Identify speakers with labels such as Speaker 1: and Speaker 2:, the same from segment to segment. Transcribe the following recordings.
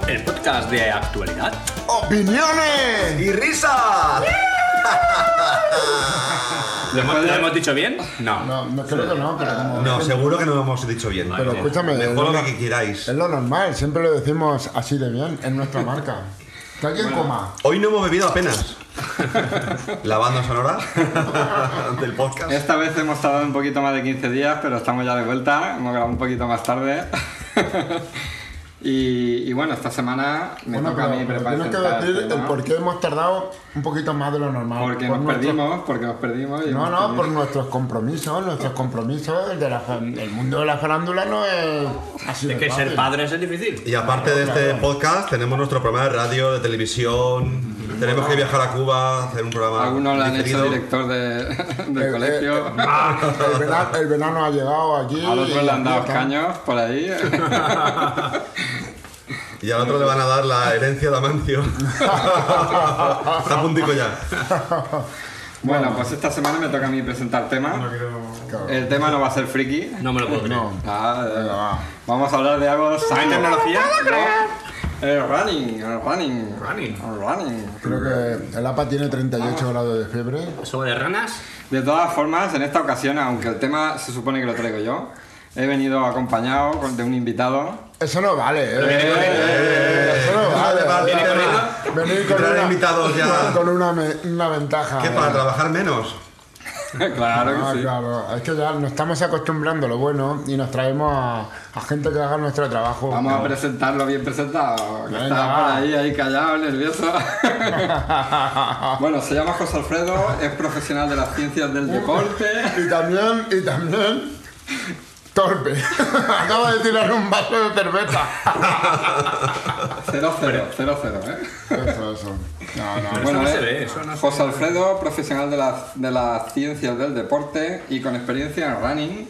Speaker 1: temas de actualidad.
Speaker 2: Oh,
Speaker 3: ¡Opiniones!
Speaker 2: ¡Y risas!
Speaker 1: ¿Lo hemos, lo hemos dicho bien? No.
Speaker 3: No, no creo que no, pero como.
Speaker 2: No, seguro que no lo hemos dicho bien.
Speaker 3: Pero escúchame, es
Speaker 2: Mejor lo
Speaker 3: lo no-
Speaker 2: que queráis.
Speaker 3: Es lo normal, siempre lo decimos así de bien en nuestra marca. Que alguien coma.
Speaker 2: Hoy no hemos bebido apenas. La banda sonora del podcast.
Speaker 4: Esta vez hemos tardado un poquito más de 15 días, pero estamos ya de vuelta. Hemos grabado un poquito más tarde. y, y bueno, esta semana me
Speaker 3: Bueno,
Speaker 4: toca a mí
Speaker 3: pero, pero
Speaker 4: preparar.
Speaker 3: tienes que decir el por qué hemos tardado un poquito más de lo normal.
Speaker 4: Porque
Speaker 3: Por
Speaker 4: nos
Speaker 3: nuestro-
Speaker 4: perdimos, porque nos perdimos. y
Speaker 3: No,
Speaker 4: hemos
Speaker 3: no,
Speaker 4: perdido.
Speaker 3: por nuestros compromisos, nuestros compromisos, el, de la, fa- el mundo de la farándula no es así
Speaker 1: Es que
Speaker 3: fácil.
Speaker 1: ser padres es difícil.
Speaker 2: Y aparte de este podcast, tenemos nuestro programa de radio, de televisión. Tenemos que viajar a Cuba, hacer un programa.
Speaker 4: Algunos lo han hecho
Speaker 2: diferido.
Speaker 4: director de- del
Speaker 3: Eh, eh, eh,
Speaker 4: colegio.
Speaker 3: El verano, el verano ha llegado aquí.
Speaker 4: Al otro le han dado
Speaker 3: y-
Speaker 4: caños por ahí.
Speaker 2: Y al otro le van a dar la herencia de Amancio. Está a puntico ya.
Speaker 4: bueno, pues esta semana me toca a mí presentar tema. El tema no va a ser friki.
Speaker 1: No me lo puedo creer.
Speaker 3: No,
Speaker 4: Ah, eh,
Speaker 3: va.
Speaker 4: vamos a hablar de algo sin tecnología.
Speaker 1: puedo
Speaker 4: ¿no? El running, el running.
Speaker 1: Running.
Speaker 4: El running.
Speaker 3: creo que el APA tiene 38 grados de fiebre.
Speaker 1: ¿Eso de ranas?
Speaker 4: De todas formas, en esta ocasión, aunque el tema se supone que lo traigo yo, he venido acompañado con- de un invitado.
Speaker 3: Eso no vale, eh. Eso no
Speaker 2: Vale, vale,
Speaker 3: vale.
Speaker 2: tema.
Speaker 3: Venir con
Speaker 2: Traer
Speaker 3: una,
Speaker 2: invitados ya.
Speaker 3: con una, me- una ventaja.
Speaker 2: ¿Qué?
Speaker 3: eh.
Speaker 2: ¿Para trabajar menos?
Speaker 4: claro
Speaker 3: Ah,
Speaker 4: que sí.
Speaker 3: claro, es que ya nos estamos acostumbrando a lo bueno y nos traemos a, a gente que haga nuestro trabajo.
Speaker 4: Vamos a presentarlo bien presentado. Que
Speaker 3: Venga,
Speaker 4: está por
Speaker 3: va.
Speaker 4: ahí, ahí callado, nervioso. bueno, se llama José Alfredo, es profesional de las ciencias del deporte.
Speaker 3: Y también, y también, torpe. Acaba de tirar un vaso de cerveza.
Speaker 4: 0-0, 0-0, ¿eh?
Speaker 3: Eso, eso. No, no.
Speaker 1: Eso no
Speaker 4: eh,
Speaker 1: se ve, eso no se
Speaker 4: José Alfredo, profesional de las, de las ciencias del deporte y con experiencia en running,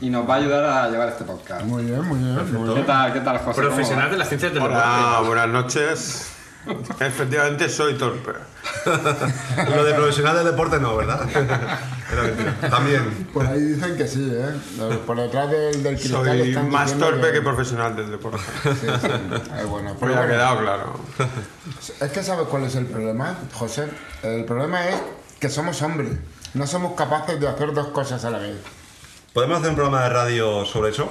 Speaker 4: y nos va a ayudar a llevar este podcast.
Speaker 3: Muy bien, muy bien, muy
Speaker 4: ¿Qué
Speaker 3: bien.
Speaker 4: tal, qué tal José? ¿Cómo va?
Speaker 1: Profesional de las ciencias del deporte.
Speaker 5: Hola, buenas noches. Efectivamente soy torpe.
Speaker 2: Lo de profesional del deporte no, ¿verdad? Era mentira. También.
Speaker 3: Por ahí dicen que sí, ¿eh? Por detrás del, del cristal
Speaker 5: Soy
Speaker 3: están
Speaker 5: más
Speaker 3: diciendo
Speaker 5: torpe que profesional del deporte.
Speaker 3: Sí, sí. Ay, bueno,
Speaker 5: Pues
Speaker 3: pero
Speaker 5: ya ha
Speaker 3: bueno.
Speaker 5: quedado claro.
Speaker 3: Es que sabes cuál es el problema, José. El problema es que somos hombres. No somos capaces de hacer dos cosas a la vez.
Speaker 2: ¿Podemos hacer un programa de radio sobre eso?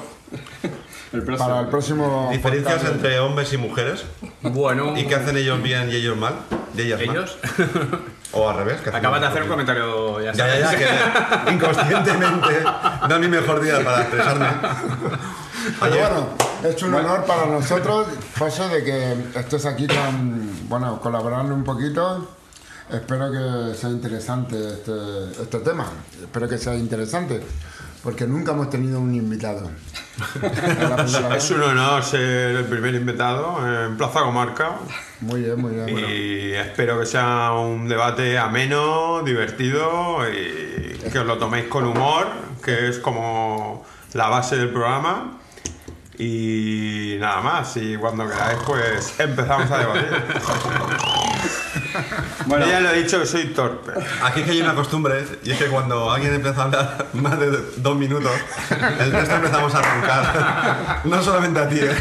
Speaker 4: El próximo.
Speaker 3: Para el próximo.
Speaker 2: Diferencias
Speaker 3: podcast.
Speaker 2: entre hombres y mujeres.
Speaker 1: Bueno,
Speaker 2: ¿Y qué hacen ellos bien y ellos mal? ¿Y ellas mal?
Speaker 1: ellos.
Speaker 2: O al revés. ¿qué hacen
Speaker 1: Acabas de
Speaker 2: ellos
Speaker 1: hacer un
Speaker 2: bien?
Speaker 1: comentario, ya
Speaker 2: Ya,
Speaker 1: sabes.
Speaker 2: ya, ya, que inconscientemente no es mi mejor día para expresarme.
Speaker 3: Pero
Speaker 2: Ayer-
Speaker 3: bueno, es un honor para nosotros, José, de que estés aquí con. Bueno, colaborando un poquito. Espero que sea interesante este, este tema. Espero que sea interesante. Porque nunca hemos tenido un invitado.
Speaker 5: Es un honor ser el primer invitado en Plaza Comarca
Speaker 3: Muy bien, muy bien. bueno.
Speaker 5: y espero que sea un debate ameno, divertido y que os lo toméis con humor, que es como la base del programa. Y nada más, y cuando queráis pues empezamos a debatir.
Speaker 4: Bueno,
Speaker 5: Yo ya lo he dicho que soy torpe.
Speaker 2: Aquí es que hay una costumbre, y es que cuando alguien empieza a hablar más de dos minutos, el resto empezamos a arrancar. No solamente a ti, ¿eh?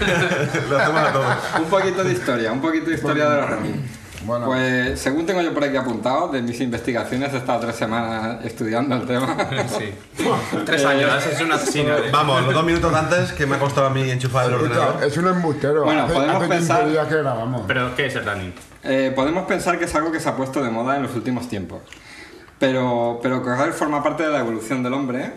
Speaker 2: lo hacemos a todos.
Speaker 4: un poquito de historia, un poquito de historia de los running.
Speaker 3: Bueno.
Speaker 4: Pues según tengo yo por aquí apuntado, de mis investigaciones he estado tres semanas estudiando el tema.
Speaker 1: Sí. Eh, Tres años, es un asesino. ¿eh?
Speaker 2: Vamos, los dos minutos antes que me ha costado a mí enchufar el
Speaker 3: Escucha,
Speaker 2: ordenador.
Speaker 3: Es un embustero.
Speaker 4: Bueno,
Speaker 3: hace,
Speaker 4: podemos
Speaker 3: hace 15
Speaker 4: pensar-
Speaker 3: días que grabamos.
Speaker 1: Pero, ¿qué es el running?
Speaker 4: Eh, podemos pensar que es algo que se ha puesto de moda en los últimos tiempos. Pero, pero correr forma parte de la evolución del hombre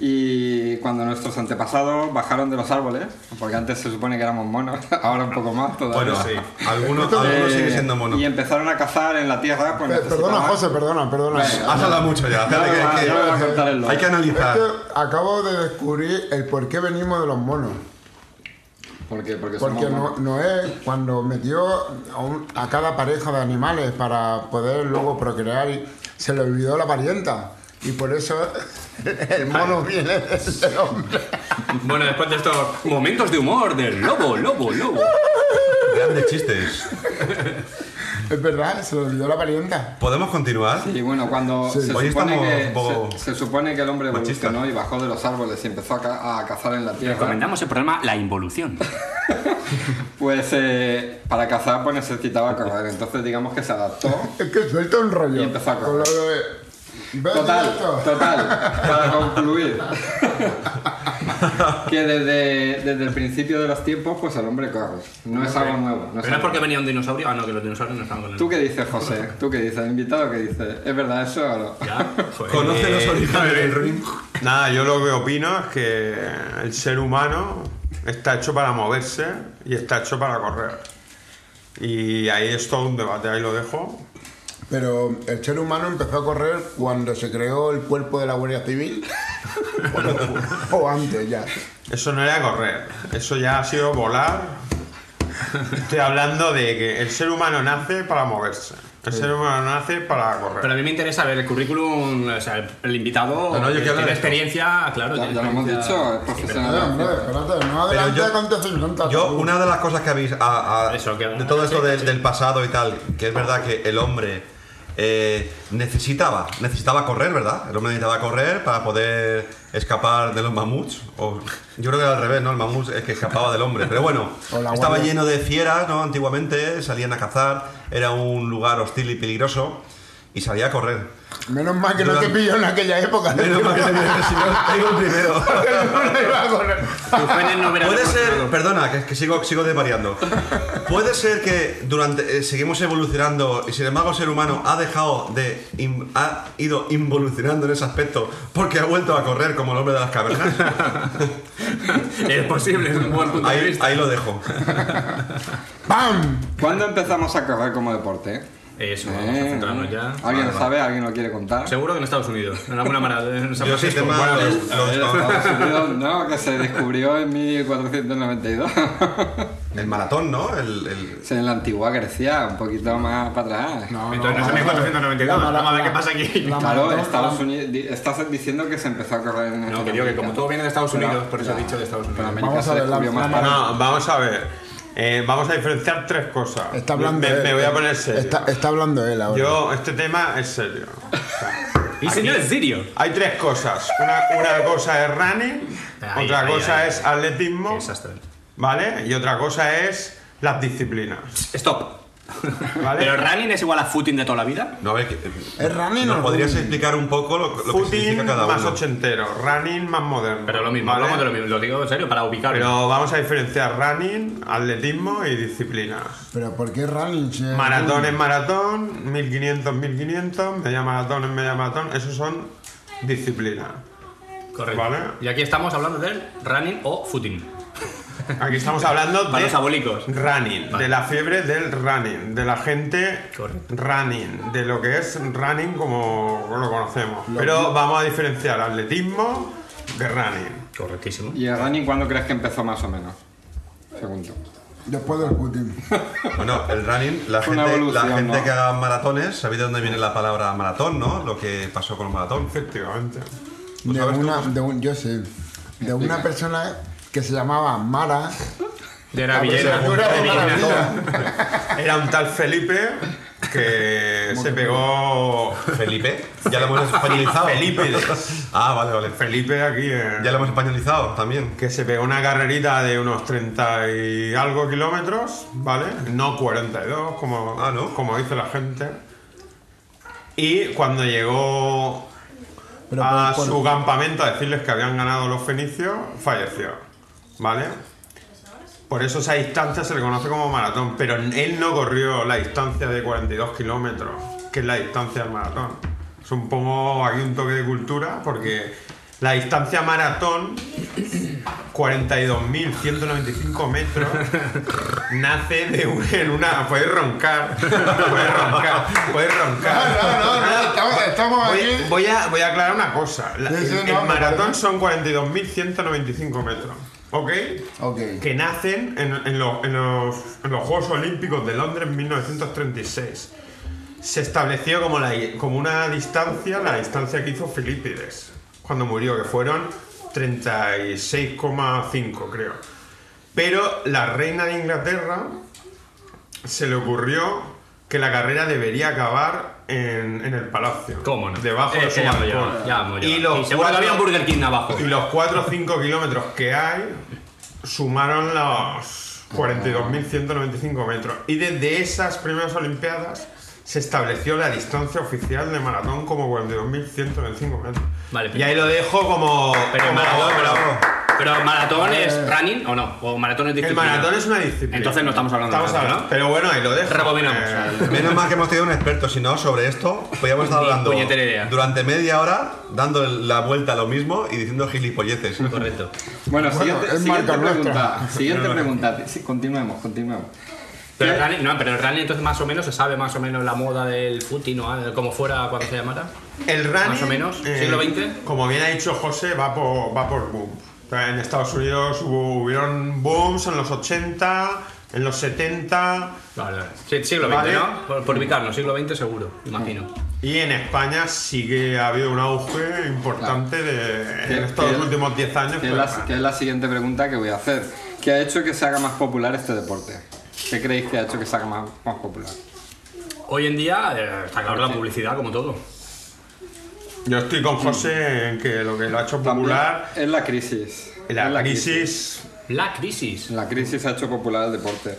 Speaker 4: y cuando nuestros antepasados bajaron de los árboles, porque antes se supone que éramos monos, ahora un poco más todavía.
Speaker 2: Bueno, sí. Alguno, alguno
Speaker 4: Eh,
Speaker 2: sigue siendo mono.
Speaker 4: Y empezaron a cazar en la tierra. Pues
Speaker 3: Pe- Eh, perdona,
Speaker 4: necesitaban-
Speaker 3: José, perdona, perdona.
Speaker 2: Has hablado mucho ya.
Speaker 4: Ya me
Speaker 2: espérate,
Speaker 4: va-
Speaker 2: que-
Speaker 4: ya me va a cortar el
Speaker 2: que-
Speaker 4: lomo.
Speaker 2: hay que analizar.
Speaker 3: Es que acabo de descubrir el por qué venimos de los monos.
Speaker 4: ¿Por qué? Porque, somos
Speaker 3: Porque
Speaker 4: monos.
Speaker 3: no- Noé, cuando metió a, un- a cada pareja de animales para poder luego procrear, y- se le olvidó la parienta. Y por eso el mono viene del hombre.
Speaker 1: Bueno, después de estos momentos de humor del lobo, lobo, lobo.
Speaker 2: Grandes chistes.
Speaker 3: Es verdad, se lo olvidó la parienta.
Speaker 2: ¿Podemos continuar?
Speaker 4: Y bueno, cuando
Speaker 3: Sí.
Speaker 4: se,
Speaker 2: Hoy
Speaker 4: supone
Speaker 2: estamos
Speaker 4: que,
Speaker 2: un poco
Speaker 4: se, se supone que el hombre
Speaker 2: machistas.
Speaker 4: evolucionó y bajó de los árboles y empezó a, ca- a cazar en la tierra,
Speaker 6: Recomendamos el programa La Involución.
Speaker 4: pues eh, para cazar pues necesitaba correr. Entonces digamos que se adaptó.
Speaker 3: Es que suelta un rollo.
Speaker 4: Y empezó a
Speaker 3: con lo de... ¿Ves
Speaker 4: Total,
Speaker 3: esto?
Speaker 4: total, para concluir. que desde, desde el principio de los tiempos pues el hombre corre. No es algo nuevo.
Speaker 1: Pero no
Speaker 4: No es
Speaker 1: es
Speaker 4: algo
Speaker 1: porque venía un dinosaurio. Ah, no, que los dinosaurios no estaban con el.
Speaker 4: ¿Tú qué dices, José? ¿Tú qué dices? ¿Invitado qué dices? ¿Es verdad eso o no?
Speaker 1: Ya, joder.
Speaker 2: Conoce
Speaker 4: Eh,
Speaker 2: los orígenes del ring.
Speaker 5: Nada, yo lo que opino es que el ser humano está hecho para moverse y está hecho para correr. Y ahí es todo un debate, ahí lo dejo.
Speaker 3: Pero el ser humano empezó a correr cuando se creó el cuerpo de la Guardia Civil. o, o antes ya.
Speaker 5: Eso no era correr, eso ya ha sido volar. Estoy hablando de que el ser humano nace para moverse. El ser humano nace para
Speaker 1: Pero a
Speaker 5: correr.
Speaker 1: mí me interesa ver el currículum, o sea, el, el invitado.
Speaker 2: No, no, yo
Speaker 1: que tiene
Speaker 2: quiero hablar de esto.
Speaker 1: experiencia, claro.
Speaker 4: Ya,
Speaker 1: tiene
Speaker 4: ya lo hemos
Speaker 1: experiencia.
Speaker 4: dicho, es profesional.
Speaker 3: No, hombre, espérate, no
Speaker 2: Pero
Speaker 3: adelante
Speaker 2: yo-
Speaker 3: con tus inventos.
Speaker 2: Yo, una de las cosas que habéis. a- a-
Speaker 1: Eso, que-
Speaker 2: de todo esto del, del pasado y tal, que es verdad que el hombre eh, necesitaba, necesitaba correr, ¿verdad? El hombre necesitaba correr para poder escapar de los mamuts. O, yo creo que era al revés, ¿no? El mamut es que escapaba del hombre. Pero bueno,
Speaker 3: O la
Speaker 2: estaba
Speaker 3: guardia.
Speaker 2: lleno de fieras, ¿no? Antiguamente salían a cazar, era un lugar hostil y peligroso y salía a correr.
Speaker 3: Menos mal que no te
Speaker 2: Durante-
Speaker 3: pilló en aquella época.
Speaker 2: Menos mal que te vienes, si no, te digo el primero.
Speaker 3: iba a correr.
Speaker 1: Tus genes no verán
Speaker 2: Puede ser,
Speaker 1: evolucionado.
Speaker 2: perdona, que, que sigo, sigo desvariando. Puede ser que durante eh, seguimos evolucionando y sin embargo el ser humano ha dejado de. in- ha ido involucionando en ese aspecto porque ha vuelto a correr como el hombre de las cavernas.
Speaker 1: Es posible, es un buen punto de
Speaker 2: Ahí,
Speaker 1: vista.
Speaker 2: ahí lo dejo.
Speaker 3: ¡Pam!
Speaker 4: ¿Cuándo empezamos a correr como deporte?
Speaker 1: Eso,
Speaker 4: Eh,
Speaker 1: vamos a centrarnos ya.
Speaker 4: ¿Alguien lo sabe? ¿Alguien lo quiere contar?
Speaker 1: Seguro que en Estados Unidos, en alguna manera. En San
Speaker 2: Yo sí,
Speaker 1: Francisco.
Speaker 2: tema.
Speaker 1: Bueno,
Speaker 4: eh,
Speaker 2: lo- lo desconozco.
Speaker 4: Estados Unidos, no, que se descubrió en 1492.
Speaker 2: el maratón, ¿no? El, el-
Speaker 4: Sí, en la antigua Grecia, un poquito más para atrás.
Speaker 1: Entonces no es 1492,
Speaker 3: La- la-
Speaker 1: vamos a ver
Speaker 3: la-
Speaker 1: qué pasa aquí.
Speaker 3: la-
Speaker 4: Claro,
Speaker 3: maratón,
Speaker 4: Estados Unidos, di- estás diciendo que se empezó a correr en
Speaker 1: No, que digo que como todo viene de Estados
Speaker 4: Pero-
Speaker 1: Unidos, por eso he dicho de Estados
Speaker 4: Pero
Speaker 1: Unidos.
Speaker 4: América
Speaker 3: Vamos a
Speaker 4: se
Speaker 3: ver, la-
Speaker 4: descubrió más
Speaker 3: la-
Speaker 4: tarde.
Speaker 5: No, vamos a ver. Eh, vamos a diferenciar tres cosas.
Speaker 3: Está hablando
Speaker 5: me,
Speaker 3: él. eh.
Speaker 5: me voy a poner serio.
Speaker 3: Está, está hablando él ahora.
Speaker 5: Yo, este tema es serio. O sea,
Speaker 1: Y señor, en serio.
Speaker 5: Hay tres cosas. Una, una cosa es running,
Speaker 1: Ahí,
Speaker 5: otra
Speaker 1: ahí,
Speaker 5: cosa
Speaker 1: ahí.
Speaker 5: es atletismo,
Speaker 1: Desastre.
Speaker 5: ¿vale? Y otra cosa es las disciplinas,
Speaker 6: Stop.
Speaker 5: ¿vale?
Speaker 6: ¿Pero running es igual a footing de toda la vida?
Speaker 2: no, a ver, que-
Speaker 3: ¿Es running
Speaker 2: ¿Nos
Speaker 3: o
Speaker 2: podrías
Speaker 3: running?
Speaker 2: explicar un poco lo, lo que significa
Speaker 5: Footing
Speaker 2: cada uno?
Speaker 5: más ochentero, running más moderno.
Speaker 1: Pero lo mismo,
Speaker 5: ¿vale?
Speaker 1: hablamos de lo mismo. Lo digo en serio, para ubicarlo.
Speaker 5: Pero vamos a diferenciar running, atletismo y disciplinas.
Speaker 3: Pero ¿por qué running?
Speaker 1: Mm.
Speaker 3: si es
Speaker 5: Maratón
Speaker 3: running?
Speaker 5: es maratón, 1500 1500, media maratón es media maratón, esos son disciplinas.
Speaker 1: Correcto.
Speaker 5: Vale.
Speaker 1: Y aquí estamos hablando del running o footing.
Speaker 5: Aquí estamos hablando
Speaker 1: Para
Speaker 5: de
Speaker 1: los abólicos.
Speaker 5: running,
Speaker 1: Vale.
Speaker 5: de la fiebre del running, de la gente
Speaker 1: Correcto.
Speaker 5: running, de lo que es running como lo conocemos. Pero vamos a diferenciar atletismo de running.
Speaker 1: Correctísimo.
Speaker 4: ¿Y el running cuándo crees que empezó más o menos? Según tú.
Speaker 3: Después del Putin.
Speaker 2: Bueno, el running, la
Speaker 4: Una
Speaker 2: gente, la
Speaker 4: evolución,
Speaker 2: gente
Speaker 4: ¿no?
Speaker 2: que haga maratones, sabéis de dónde viene la palabra maratón, ¿no? Lo que pasó con el maratón.
Speaker 5: Efectivamente.
Speaker 3: De una, de un, yo sé. De una persona que se llamaba Mara.
Speaker 1: De
Speaker 5: Ah,
Speaker 1: la
Speaker 5: pues
Speaker 3: La
Speaker 1: Villena.
Speaker 3: prefectura de Maravilla.
Speaker 5: Era un tal Felipe que se pegó
Speaker 2: Felipe, ya lo hemos españolizado.
Speaker 5: Felipe.
Speaker 2: Ah, vale, vale.
Speaker 5: Felipe aquí en-
Speaker 2: Ya lo hemos españolizado también.
Speaker 5: que se pegó una carrerita de unos 30 y algo kilómetros, ¿vale? No 42, como,
Speaker 2: Ah, ¿no?
Speaker 5: como dice la gente. Y cuando llegó
Speaker 3: Pero
Speaker 5: a
Speaker 3: por- por-
Speaker 5: su campamento a decirles que habían ganado los fenicios, falleció, ¿vale? Por eso esa distancia se le conoce como maratón, pero él no corrió la distancia de 42 kilómetros, que es la distancia del maratón. Es un poco aquí un toque de cultura, porque la distancia maratón, 42.195 metros, nace de un- en una... Puedes roncar, puedes roncar, puedes roncar.
Speaker 3: No, no, no, estamos, estamos
Speaker 5: Voy,
Speaker 3: aquí.
Speaker 5: voy a, voy a aclarar una cosa. La-
Speaker 3: Sí, sí, no,
Speaker 5: el el
Speaker 3: me
Speaker 5: maratón
Speaker 3: parece.
Speaker 5: son 42.195 metros, ¿ok?
Speaker 3: Ok.
Speaker 5: Que nacen en, en lo- en los, en los Juegos Olímpicos de Londres en 1936. Se estableció como, la, como una distancia, la distancia que hizo Filipides cuando murió, que fueron 36,5 creo. Pero la reina de Inglaterra se le ocurrió que la carrera debería acabar en, en el palacio.
Speaker 6: ¿Cómo no?
Speaker 5: Debajo
Speaker 6: Eh,
Speaker 5: de
Speaker 6: que
Speaker 5: su
Speaker 6: ya hemos
Speaker 5: balcón.
Speaker 6: llegado, ya hemos
Speaker 5: Y
Speaker 6: llegado.
Speaker 5: los
Speaker 6: seguro que
Speaker 5: cuatro-
Speaker 6: había un Burger King abajo.
Speaker 5: Y los 4 o 5 kilómetros que hay sumaron los 42.195 metros. Y desde esas primeras Olimpiadas se estableció la distancia oficial de maratón como 42.195 metros.
Speaker 6: Vale,
Speaker 5: y ahí lo dejo como...
Speaker 6: Pero el
Speaker 5: como-
Speaker 6: maratón, pero, pero maratón
Speaker 3: Eh.
Speaker 6: es running o no? O maratón es
Speaker 5: El
Speaker 6: disciplina.
Speaker 5: maratón es una disciplina.
Speaker 6: Entonces no estamos hablando de
Speaker 5: Estamos
Speaker 6: maratón,
Speaker 5: hablando- Pero bueno, ahí lo dejo.
Speaker 6: Rebobinamos.
Speaker 5: Eh,
Speaker 2: Menos mal que hemos tenido un experto, si no, sobre esto, podríamos estar
Speaker 6: Ni
Speaker 2: hablando
Speaker 6: puñetera idea.
Speaker 2: durante media hora, dando la vuelta a lo mismo y diciendo gilipolleces.
Speaker 6: Correcto.
Speaker 4: Bueno, siguiente,
Speaker 3: es
Speaker 4: siguiente
Speaker 3: marca
Speaker 4: pregunta.
Speaker 3: nuestra.
Speaker 4: Siguiente pregunta. Sí, continuemos, continuemos.
Speaker 6: Pero el
Speaker 4: ¿Qué-
Speaker 6: running, no, pero el running entonces más o menos se sabe más o menos la moda del footy, ¿no? Ah, Como fuera cuando se llamara.
Speaker 5: El running, eh,
Speaker 6: Más o menos, siglo XX.
Speaker 5: Como bien ha dicho José, va por, va por boom. O sea, En Estados Unidos hubo, hubieron booms en los 80, en los 70
Speaker 6: Vale, vale. Sí, siglo XX,
Speaker 5: Vale.
Speaker 6: ¿no? Por, por ubicarnos, siglo XX seguro, imagino.
Speaker 5: y en España sí que ha habido un auge importante de, en
Speaker 4: Que-
Speaker 5: estos
Speaker 4: que-
Speaker 5: últimos 10 años. pues,
Speaker 4: Que es,
Speaker 5: pero-
Speaker 4: la, que es la siguiente pregunta que voy a hacer. ¿Qué ha hecho que se haga más popular este deporte? ¿Qué creéis que ha hecho que se haga más, más popular?
Speaker 6: Hoy en día eh, está claro la publicidad como todo.
Speaker 5: Yo estoy con José en que lo que lo ha hecho popular
Speaker 4: También Es la crisis.
Speaker 5: es
Speaker 4: Es
Speaker 5: la crisis.
Speaker 6: La crisis.
Speaker 4: La crisis ha hecho popular el deporte.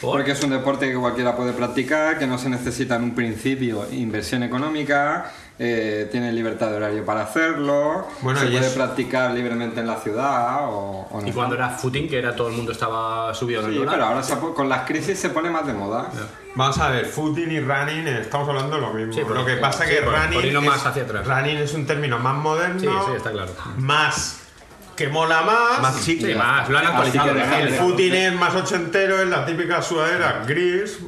Speaker 6: ¿Por?
Speaker 4: Porque es un deporte que cualquiera puede practicar, que no se necesita en un principio inversión económica, eh, tiene libertad de horario para hacerlo,
Speaker 5: Bueno,
Speaker 4: se
Speaker 5: y
Speaker 4: puede
Speaker 5: es-
Speaker 4: practicar libremente en la ciudad o, o no.
Speaker 6: Y cuando era footing, que era todo el mundo estaba subido en el
Speaker 4: Sí,
Speaker 6: dólar.
Speaker 4: pero ahora se ha pu- con las crisis se pone más de moda.
Speaker 5: Vamos a ver, footing y running eh, estamos hablando de lo mismo.
Speaker 6: Sí, por-
Speaker 5: lo que pasa
Speaker 6: sí,
Speaker 5: que
Speaker 6: por- por
Speaker 5: running,
Speaker 6: irnos
Speaker 5: es,
Speaker 6: más hacia atrás.
Speaker 5: running es un término más moderno,
Speaker 6: Sí, sí, está claro.
Speaker 5: más que mola
Speaker 2: Más chic.
Speaker 6: Sí, más, lo han
Speaker 4: Así
Speaker 6: actualizado.
Speaker 4: que
Speaker 6: lo han
Speaker 4: deja-
Speaker 5: El
Speaker 6: actualizado.
Speaker 5: footing es más ochentero, es la típica sudadera gris.